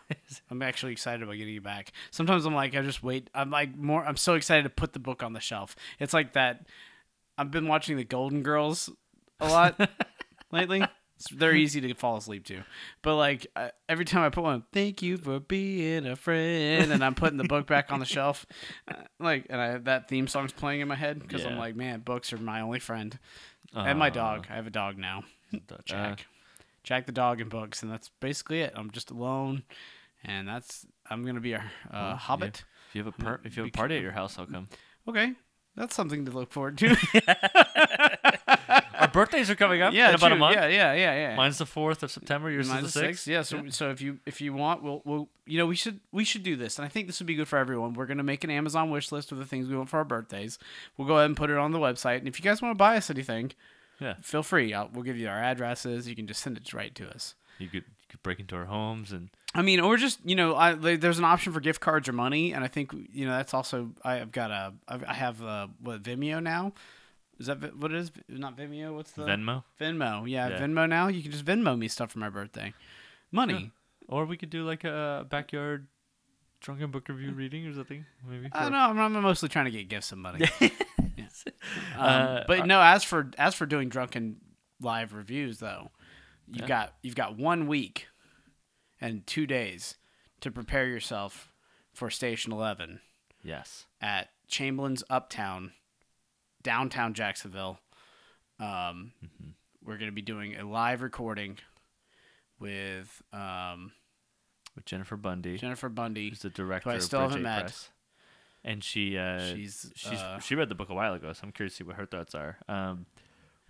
B: i'm actually excited about getting it back sometimes i'm like i just wait i'm like more i'm so excited to put the book on the shelf it's like that i've been watching the golden girls a lot lately It's- they're easy to fall asleep to but like I, every time i put one thank you for being a friend and i'm putting the book back on the shelf uh, like and i that theme song's playing in my head because i'm
A: Yeah.
B: like man books are my only friend and my dog i have a dog now
A: Uh,
B: Jack. Jack the dog and books, and that's basically it. I'm just alone, and that's I'm gonna be a, a
A: Oh,
B: hobbit.
A: if you have a per- if you have
B: We
A: a party at your house, I'll come.
B: Okay, that's something to look forward to.
A: Our birthdays are coming up
B: yeah,
A: in about a
B: true.
A: month.
B: Yeah, yeah, yeah, yeah.
A: Mine's the fourth of September. Yours
B: Mine's
A: is the sixth.
B: Yeah. So, so if you if you want, we'll we'll you know we should we should do this, and I think this would be good for everyone. We're gonna make an Amazon wish list of the things we want for our birthdays. We'll go ahead and put it on the website, and if you guys want to buy us anything,
A: Yeah.
B: feel free. I'll, we'll give you our addresses. You can just send it right to us.
A: You could, you could break into our homes and
B: I mean, or just you know, I, like, there's an option for gift cards or money, and I think you know that's also I've got a I've, I have a what Vimeo now. Is that Vi- what it is? Not Vimeo. What's the
A: Venmo,
B: Venmo? Yeah,
A: Yeah.
B: Venmo now. You can just Venmo me stuff for my birthday. Money.
A: or we could do like a backyard drunken book review reading or something. Maybe
B: Mm. I
A: for-
B: don't know. I'm, I'm mostly trying to get gifts and money. yeah. Um,
A: Uh,
B: but no, as for as for doing drunken live reviews though, you've
A: Yeah.
B: got you've got one week and two days to prepare yourself for Station Eleven.
A: Yes.
B: at Chamberlain's Uptown, downtown Jacksonville. Um,
A: Mm-hmm.
B: We're going to be doing a live recording with um,
A: with Jennifer Bundy,
B: Jennifer Bundy.
A: who's the director
B: I
A: of
B: still
A: Bridge
B: haven't
A: Eight
B: met.
A: Press. And she uh,
B: She's,
A: she's
B: uh,
A: she read the book a while ago, so I'm curious to see what her thoughts are. Um,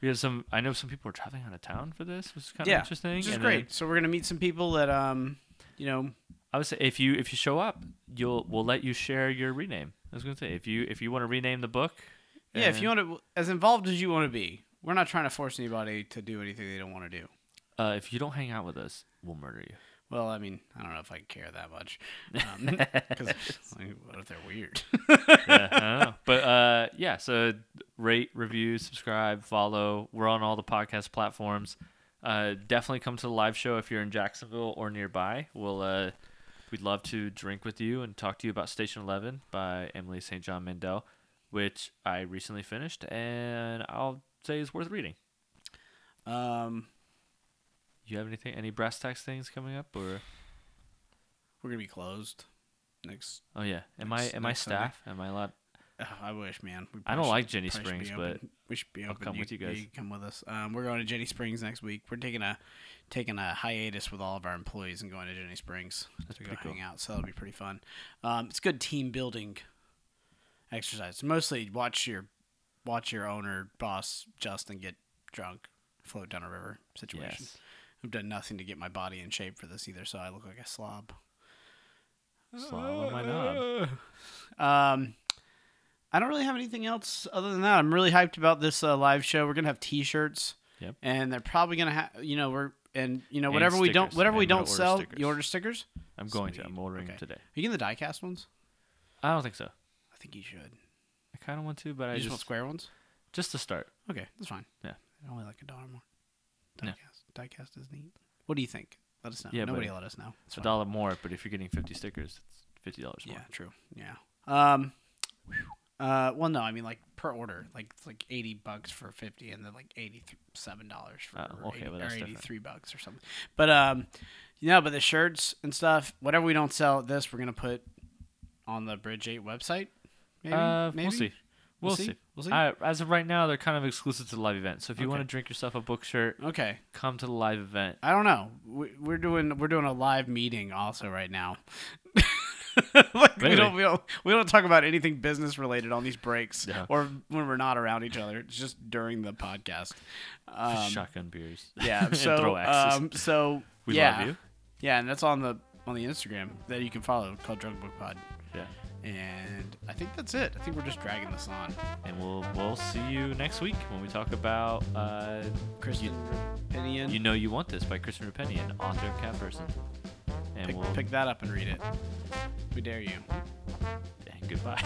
A: we have some. I know some people are traveling out of town for this, which is kind of
B: Yeah,
A: interesting.
B: Which is
A: And then
B: great. So we're gonna meet some people that um, you know,
A: I would say if you if you show up, you'll we'll let you share your rename. I was gonna say if you if you want to rename the book.
B: yeah. If you want to, as involved as you want to be, we're not trying to force anybody to do anything they don't want to do.
A: to, uh, if you don't hang out with us, we'll murder you.
B: Well, I mean, I don't know if I care that much. Um 'cause like, what if they're weird?
A: yeah, I don't know. But uh, yeah, so rate, review, subscribe, follow. We're on all the podcast platforms. Uh, definitely come to the live show if you're in Jacksonville or nearby. We'll uh, we'd love to drink with you and talk to you about Station Eleven by Emily St. John Mandel, which I recently finished and I'll say is worth reading.
B: um,
A: You have anything, any brass tacks things coming up or?
B: we're gonna be closed next.
A: Oh yeah, am I
B: Next-
A: am I
B: next Sunday.
A: staff? Am I allowed?
B: Ugh, I wish, man. We
A: I
B: probably
A: don't
B: should-
A: like Jenny
B: probably should be
A: Springs, but
B: open. we should be open.
A: come with you guys.
B: can come with us. Um, we're going to Jenny Springs next week. We're taking a taking a hiatus with all of our employees and going to Jenny Springs to go
A: pretty cool.
B: hang out. So that'll be pretty fun. Um, it's good team building exercise. Mostly watch your watch your owner boss Justin get drunk, float down a river situation.
A: yes.
B: I've done nothing to get my body in shape for this either, so I look like a slob.
A: Slob on my knob.
B: Um, I don't really have anything else other than that. I'm really hyped about this uh, live show. We're gonna have T-shirts.
A: Yep.
B: And they're probably gonna have, you know, we're and you know
A: And
B: whatever we don't
A: stickers.
B: whatever we
A: I'm gonna
B: don't
A: order
B: sell,
A: stickers.
B: you order stickers. Are
A: I'm going
B: Sweet.
A: to. I'm ordering
B: Okay.
A: today.
B: you getting the diecast ones?
A: I don't think so.
B: I think you should. You
A: I kind of want to, but I
B: just,
A: just
B: want square ones?
A: just to start.
B: Okay, that's fine.
A: Yeah.
B: I only like a dollar more. Diecast,
A: Yeah.
B: diecast is neat. What do you think? Let us know.
A: Yeah,
B: Nobody
A: buddy.
B: let us know. It's
A: It's a
B: fine.
A: dollar more, but if you're getting 50 stickers, it's fifty dollars more.
B: Yeah, true. Yeah. Um, uh, well, no, I mean like per order, like it's like eighty bucks for fifty, and then like eighty-seven dollars for
A: Oh,
B: or
A: okay,
B: 80
A: well,
B: or
A: that's different.
B: eighty-three bucks or something. But um, you know, but the shirts and stuff, whatever we don't sell at this, we're gonna put on the Bridge Eight website. Maybe,
A: uh,
B: maybe?
A: we'll see. We'll, see.
B: We'll see.
A: I, as of right now, they're kind of exclusive to the live event. So if you
B: Okay.
A: want to drink yourself a book shirt,
B: okay.
A: come to the live event.
B: I don't know. We, we're doing we're doing a live meeting also right now. like we
A: Maybe.
B: don't, we don't we don't talk about anything business related on these breaks
A: Yeah.
B: or when we're not around each other. It's just during the podcast. Um,
A: Shotgun beers.
B: yeah.
A: and
B: So
A: throw axes.
B: um, so
A: we
B: yeah.
A: love you.
B: Yeah, and that's on the on the Instagram that you can follow called Drug Book Pod.
A: Yeah.
B: And I think that's it. I think we're just dragging this on.
A: And we'll we'll see you next week when we talk about uh,
B: Kristen, opinion.
A: You Know You Want This by Kristen Rupenian, author of Cat Person. And
B: pick,
A: we'll
B: pick that up and read it. We dare you.
A: and goodbye.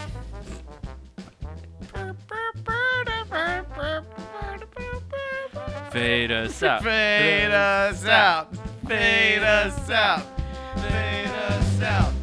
A: Fade us out.
B: Fade us out. Fade us out. Fade us out.